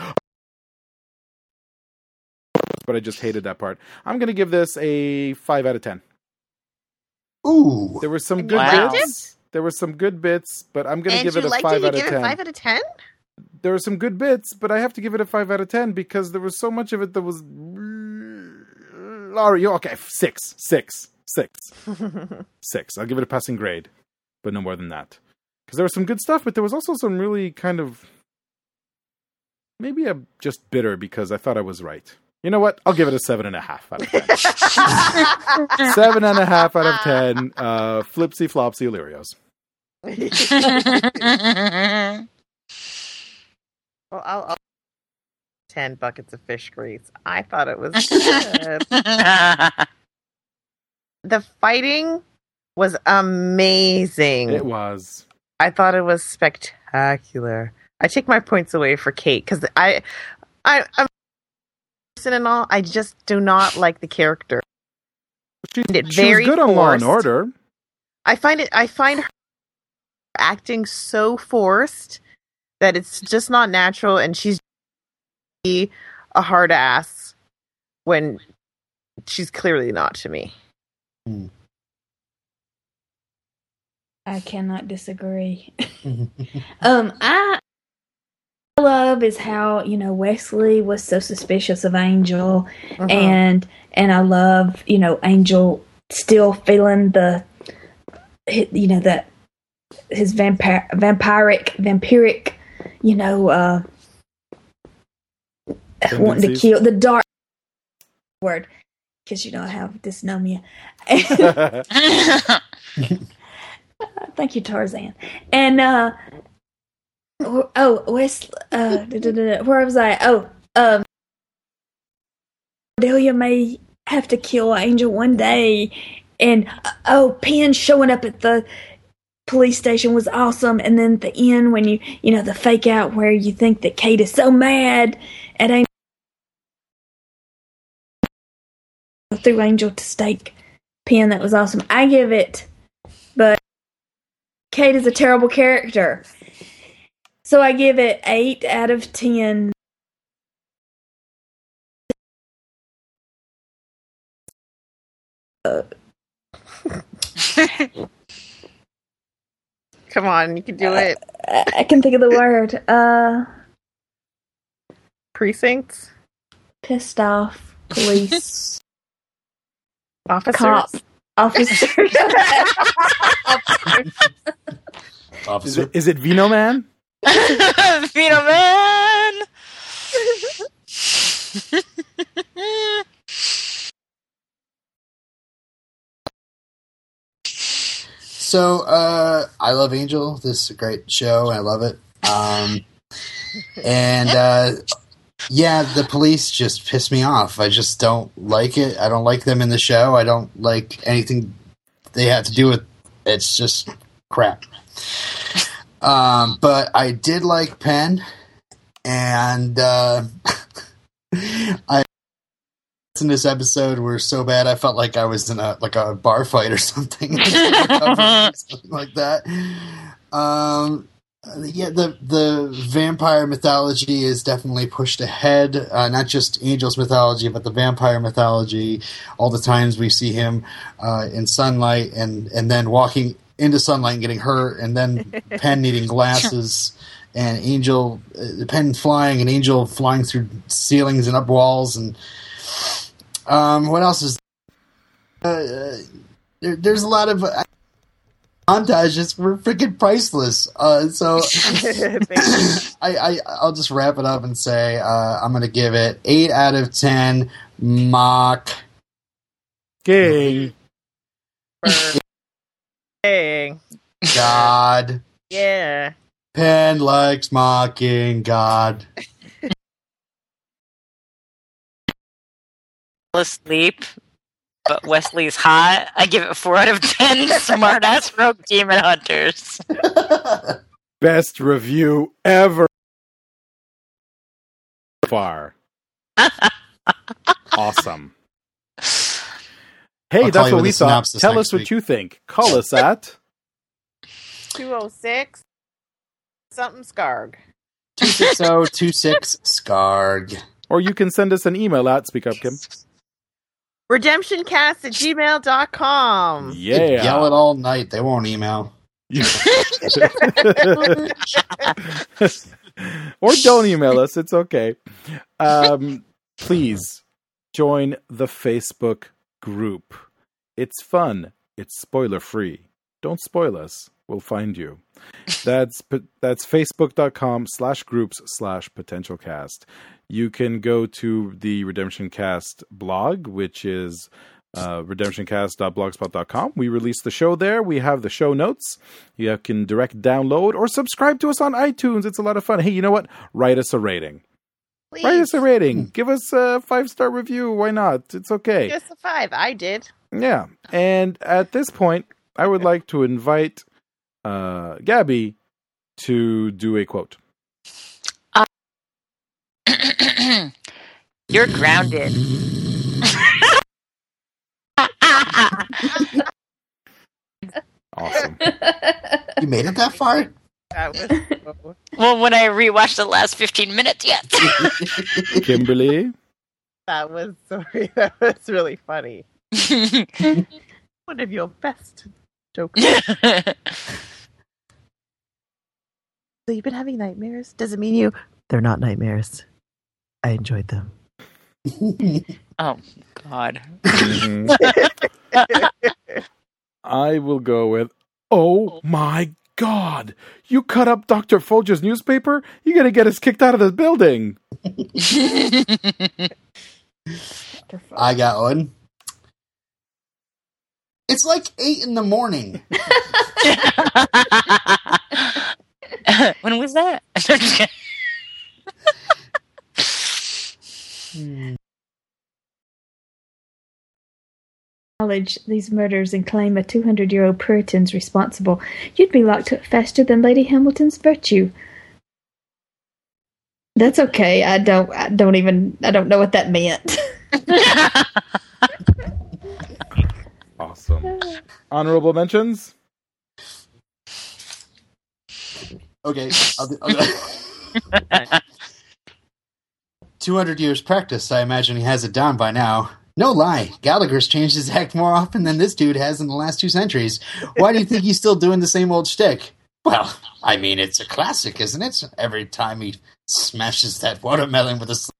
Speaker 4: But I just hated that part. I'm going to give this a 5 out of 10. (laughs)
Speaker 3: Ooh. (laughs)
Speaker 4: There were some
Speaker 5: And
Speaker 4: good
Speaker 5: you liked
Speaker 4: bits. There were some good bits, but I'm going to
Speaker 5: and
Speaker 4: give
Speaker 5: you
Speaker 4: it a
Speaker 5: liked
Speaker 4: 5
Speaker 5: it? You
Speaker 4: out of
Speaker 5: gave
Speaker 4: 10.
Speaker 5: it five out of ten?
Speaker 4: There were some good bits, but I have to give it a 5 out of 10 because there was so much of it that was Laurie, okay, 6. 6. 6. 6. I'll give it a passing grade, but no more than that. Because there was some good stuff, but there was also some really kind of. Maybe I'm just bitter because I thought I was right. You know what? I'll give it a seven and a half out of ten.
Speaker 5: (laughs)
Speaker 4: seven and a half out of ten. Uh, flipsy flopsy Illyrios.
Speaker 1: (laughs)
Speaker 5: Well, I'll, I'll ten buckets of fish grease. I thought (laughs) it was good. the fighting was amazing.
Speaker 4: It was.
Speaker 5: I thought it was spectacular. I take my points away for Kate because I, I, I'm a person and all. I just do not like the character.
Speaker 4: She,
Speaker 5: find it
Speaker 4: she
Speaker 5: very
Speaker 4: was good on Law and
Speaker 5: forced.
Speaker 4: Order.
Speaker 5: I find it. I find her acting so forced that it's just not natural, and she's a hard ass when she's clearly not to me.
Speaker 6: I cannot disagree.
Speaker 3: Mhm.
Speaker 6: Um, I I love is how you know Wesley was so suspicious of Angel,
Speaker 5: Mm-hmm. Uh-huh.
Speaker 6: and and I love you know Angel still feeling the hi- you know that his vampire vampiric vampiric you know uh wanting to
Speaker 4: Tendencies.
Speaker 6: kill the dark word because you know I have dysnomia. (laughs) Thank you, Tarzan. And uh wh- oh, West uh da- da- da- da, where was I? Oh, um Cordelia may have to kill Angel one day and uh, oh, Penn showing up at the police station was awesome and then at the end when you you know the fake out where you think that Kate is so mad at Angel through Angel to stake Penn that was awesome. I give it Kate is a terrible character. So I give it 8 out of 10.
Speaker 5: Come on, you can do it.
Speaker 6: I, I can think of the word. Uh,
Speaker 5: Precincts,
Speaker 6: pissed off police
Speaker 5: officers. (laughs)
Speaker 6: cop officers.
Speaker 4: Is
Speaker 3: Officer.
Speaker 4: it, (laughs) is it Vino Man?
Speaker 1: Vito Man.
Speaker 3: So uh, I love Angel. This is a great show. I love it. Um, and uh, yeah, the police just piss me off. I just don't like it. I don't like them in the show. I don't like anything they have to do with. It's just crap. Um, but I did like Penn, and uh, (laughs) I. In this episode, were so bad I felt like I was in a like a bar fight or something something like that. Um, yeah, the the vampire mythology is definitely pushed ahead. Uh, not just Angel's mythology, but the vampire mythology. All the times we see him uh, in sunlight, and and then walking into sunlight and getting hurt, and then Penn needing glasses. And angel, uh, Penn flying, and angel flying through ceilings and up walls, and um, what else is? Uh, there, there's a lot of uh, montages were freaking priceless. Uh, so (coughs) I, I I'll just wrap it up and say uh, I'm gonna give it eight out of ten. Mock.
Speaker 4: King.
Speaker 5: Dang.
Speaker 3: God. (laughs)
Speaker 5: Yeah.
Speaker 3: Penn likes mocking God.
Speaker 1: Fell asleep, but Wesley's hot. I give it four out of
Speaker 3: (laughs)
Speaker 1: ten. Smart ass rogue demon hunters. (clears throat)
Speaker 4: Best review ever.
Speaker 3: (laughs)
Speaker 4: Far. awesome. Hey,
Speaker 3: I'll call
Speaker 4: that's
Speaker 3: you
Speaker 4: what
Speaker 3: with
Speaker 4: we
Speaker 3: a
Speaker 4: thought.
Speaker 3: synopsis
Speaker 4: Tell
Speaker 3: next
Speaker 4: us
Speaker 3: week.
Speaker 4: what you think. Call us at
Speaker 5: 206. Something scarg.
Speaker 3: oh, 26026 Scarg.
Speaker 4: or you can send us an email at Speak Up
Speaker 3: (laughs)
Speaker 4: Kim.
Speaker 5: Redemptioncast at gmail.com.
Speaker 3: You could Yell it
Speaker 4: (laughs) Yeah.
Speaker 3: all night. They won't email. (laughs)
Speaker 4: (laughs) or don't email us. It's okay. Um, please join the Facebook group. It's fun. It's spoiler free. Don't spoil us. We'll find you. That's that's facebook.com slash groups slash potential cast. You can go to the Redemption Cast blog, which is uh, redemptioncast.blogspot.com. We release the show there. We have the show notes. You can direct download or subscribe to us on iTunes. It's a lot of fun. Hey, you know what? Write us a rating. Write us
Speaker 5: Please.
Speaker 4: a rating. Give us a five star review. Why not? It's okay.
Speaker 5: Just a five. I did.
Speaker 4: Yeah. And at this point, I would like to invite uh, Gabby to do a quote.
Speaker 1: You're grounded.
Speaker 4: Awesome.
Speaker 3: You made it that far?
Speaker 8: That
Speaker 5: (laughs)
Speaker 8: was
Speaker 1: (laughs) Well, when I rewatched the last 15 minutes, yes. (laughs)
Speaker 3: (laughs)
Speaker 4: Kimberly,
Speaker 5: That was sorry. (laughs) That was really funny. One of your best jokes. (laughs) so you've been having nightmares? Doesn't mean you. They're not nightmares. I enjoyed them.
Speaker 1: oh, God.
Speaker 4: Mhm. I will go with Oh my god. You cut up Dr. Folger's newspaper? You're going to get us kicked out of this building.
Speaker 3: I got one. It's like eight in the morning.
Speaker 1: when was that?
Speaker 7: Acknowledge these murders and claim a 200 year old Puritan's responsible. You'd be locked up faster than Lady Hamilton's virtue. That's okay. I don't. I don't even. I don't know what that meant.
Speaker 4: Awesome. Honorable mentions?
Speaker 3: Okay. I'll do, I'll do. (laughs) 200 years practice, I imagine he has it down by now. No lie, Gallagher's changed his act more often than this dude has in the last two centuries. Why do you think he's still doing the same old shtick? Well, I mean, it's a classic, isn't it? Every time he smashes that watermelon with a sl-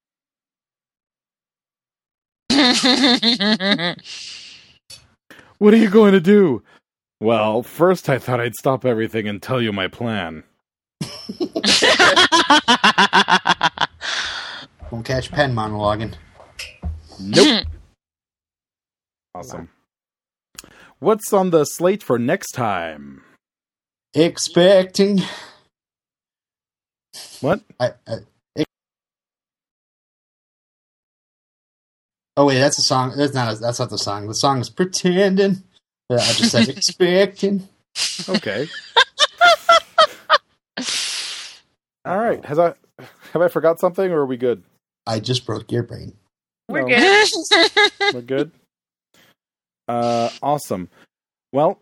Speaker 4: What are you going to do? Well, first I thought I'd stop everything and tell you my plan.
Speaker 3: won't catch pen monologuing.
Speaker 4: Nope. awesome. What's on the slate for next time?
Speaker 3: Expecting.
Speaker 4: What?
Speaker 3: I, I, it- oh wait, that's a song. That's not. A, that's not the song. The song is pretending. Yeah, I just said expecting.
Speaker 4: Okay. All right. Has I have I forgot something or are we good?
Speaker 3: I just broke your brain.
Speaker 8: We're
Speaker 4: No.
Speaker 8: good.
Speaker 4: We're good. Uh awesome. Well,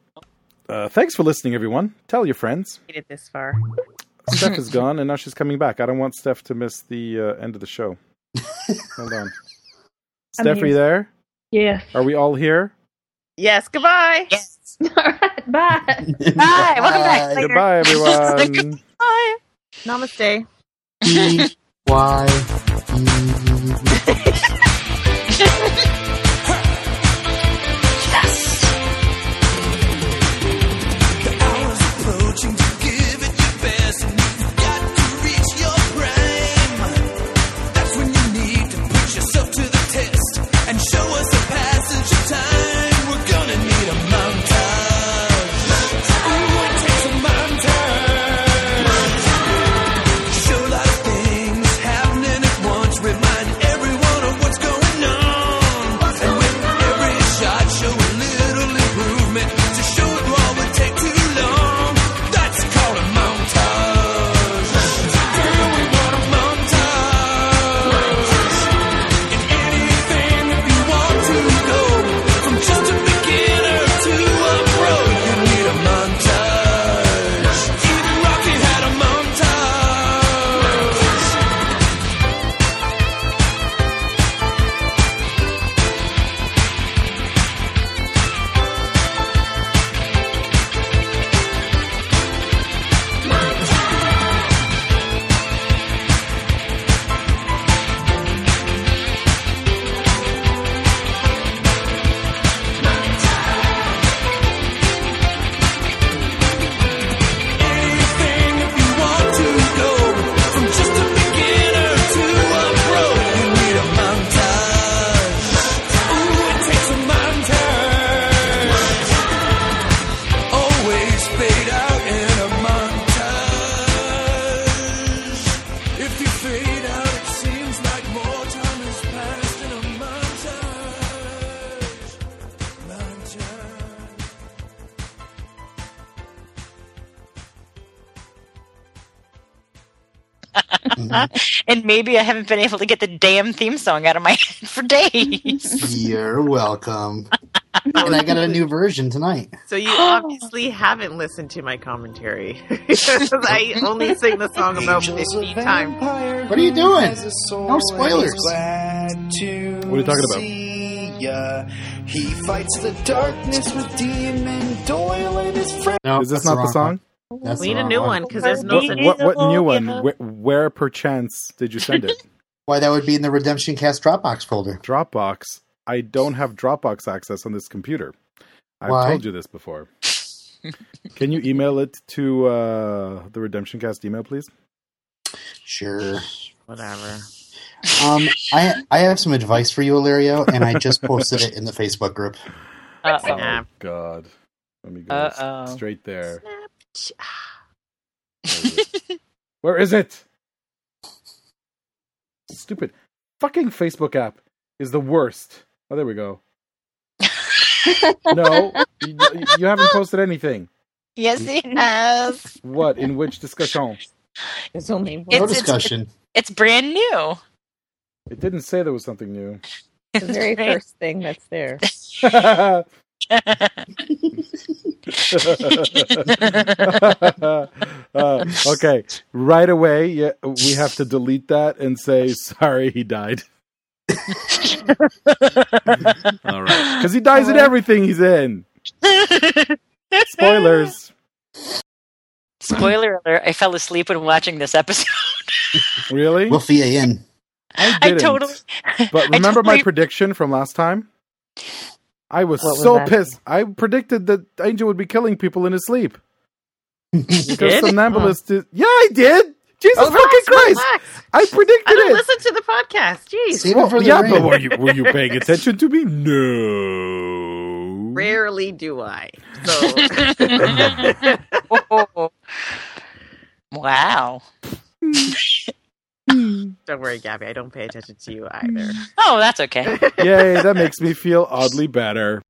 Speaker 4: uh thanks for listening everyone. Tell your friends.
Speaker 5: Made it this far.
Speaker 4: Steph is gone and now she's coming back. I don't want Steph to miss the uh, end of the show. Hold on. Steph, are you
Speaker 6: here.
Speaker 4: there?
Speaker 7: Yeah.
Speaker 4: Are we all here?
Speaker 5: Yes. Goodbye.
Speaker 1: yes.
Speaker 7: (laughs) All right. Bye.
Speaker 1: Hi, welcome back.
Speaker 3: Bye.
Speaker 1: Later.
Speaker 4: Goodbye everyone.
Speaker 1: Bye.
Speaker 5: Namaste.
Speaker 3: D Y E.
Speaker 9: Hours approaching to give it your best, and if you've got to reach your prime, that's when you need to put yourself to the test and show us the passage of time. We're gonna need a montage. Ooh, it takes a montage. Show a lot of things happening at once. Remind everyone of what's going on. And with every shot, show a little improvement to show it all would take too long. That's called a montage. Do we want a montage? In anything that you want to go, from just a beginner to a pro, you need a montage. Even Rocky had a montage. anything if you want to go from just a beginner to a pro. You need a montage. Ooh, it takes a montage. Always fade out in a montage. If you fade out, it seems like more time has passed in a montage. Montage.
Speaker 1: And maybe I haven't been able to get the damn theme song out of my head for days.
Speaker 5: (laughs)
Speaker 3: You're E. welcome. and I got a new version tonight.
Speaker 5: So you obviously haven't listened to my commentary. (laughs) 'Cause I only sing the song about
Speaker 10: Angel's a
Speaker 5: 15 times.
Speaker 10: vampire
Speaker 3: What are you
Speaker 10: who
Speaker 3: doing?
Speaker 10: has a soul
Speaker 3: No
Speaker 10: and is
Speaker 3: spoilers.
Speaker 10: glad to
Speaker 4: What are you talking about?
Speaker 10: see ya. He fights the darkness with Demon Doyle and his friends.
Speaker 3: No,
Speaker 4: Is
Speaker 3: Oh, that's
Speaker 4: this not the
Speaker 3: wrong
Speaker 4: song?
Speaker 3: That's
Speaker 5: We
Speaker 3: the
Speaker 5: need a
Speaker 3: wrong
Speaker 5: new one because there's no
Speaker 4: What,
Speaker 5: such
Speaker 4: what, what new one? Where, where perchance did you send it?
Speaker 3: Why that would be in the Redemption Cast Dropbox folder.
Speaker 4: Dropbox. I don't have Dropbox access on this computer. I've
Speaker 3: Why?
Speaker 4: told you this before. Can you email it to uh, the Redemption Cast email, please?
Speaker 3: Sure.
Speaker 5: Whatever.
Speaker 3: Um, I I have some advice for you, Ilario, and I just posted it in the Facebook group.
Speaker 1: Uh
Speaker 5: Snap.
Speaker 4: Oh, God. Let me go
Speaker 1: Uh-oh.
Speaker 4: straight there.
Speaker 5: Snap.
Speaker 4: Where is it? Stupid. Fucking Facebook app is the worst. Oh, there we go. no, you, you haven't posted anything.
Speaker 1: Yes, he has.
Speaker 4: What? In which discussion?
Speaker 5: There's only one.
Speaker 1: It's-
Speaker 3: No
Speaker 1: it's-
Speaker 3: discussion.
Speaker 1: It's brand new.
Speaker 4: It didn't say there was something new. (laughs)
Speaker 1: (laughs)
Speaker 5: the very first thing that's there.
Speaker 4: Uh, okay, right away, yeah, we have to delete that and say sorry he died. All
Speaker 1: (laughs)
Speaker 4: right, because he dies in everything he's in. Spoilers.
Speaker 1: Spoiler alert, I fell asleep when watching this episode.
Speaker 4: Really?
Speaker 3: We'll fee you in.
Speaker 4: I,
Speaker 1: I
Speaker 4: didn't.
Speaker 1: totally.
Speaker 4: (laughs) But
Speaker 1: I
Speaker 4: remember my
Speaker 1: totally-
Speaker 4: prediction from last time? I was
Speaker 5: What was
Speaker 4: so
Speaker 5: that?
Speaker 4: pissed. I predicted that Angel would be killing people in his
Speaker 5: (laughs)
Speaker 4: sleep. Because
Speaker 5: did?
Speaker 4: somnambulist is. Yeah, I did! Jesus fucking Christ! I
Speaker 5: Oh, I
Speaker 4: predicted
Speaker 5: don't
Speaker 4: it!
Speaker 5: listen to the podcast. Jeez.
Speaker 3: Save it for the
Speaker 4: yeah,
Speaker 3: rain.
Speaker 4: but were you, were you paying attention to me? No.
Speaker 5: Rarely do I. So (laughs)
Speaker 1: Oh. Wow.
Speaker 5: don't worry, Gabby. I don't pay attention to you either.
Speaker 1: Oh, that's okay.
Speaker 4: Yay, that makes me feel oddly better.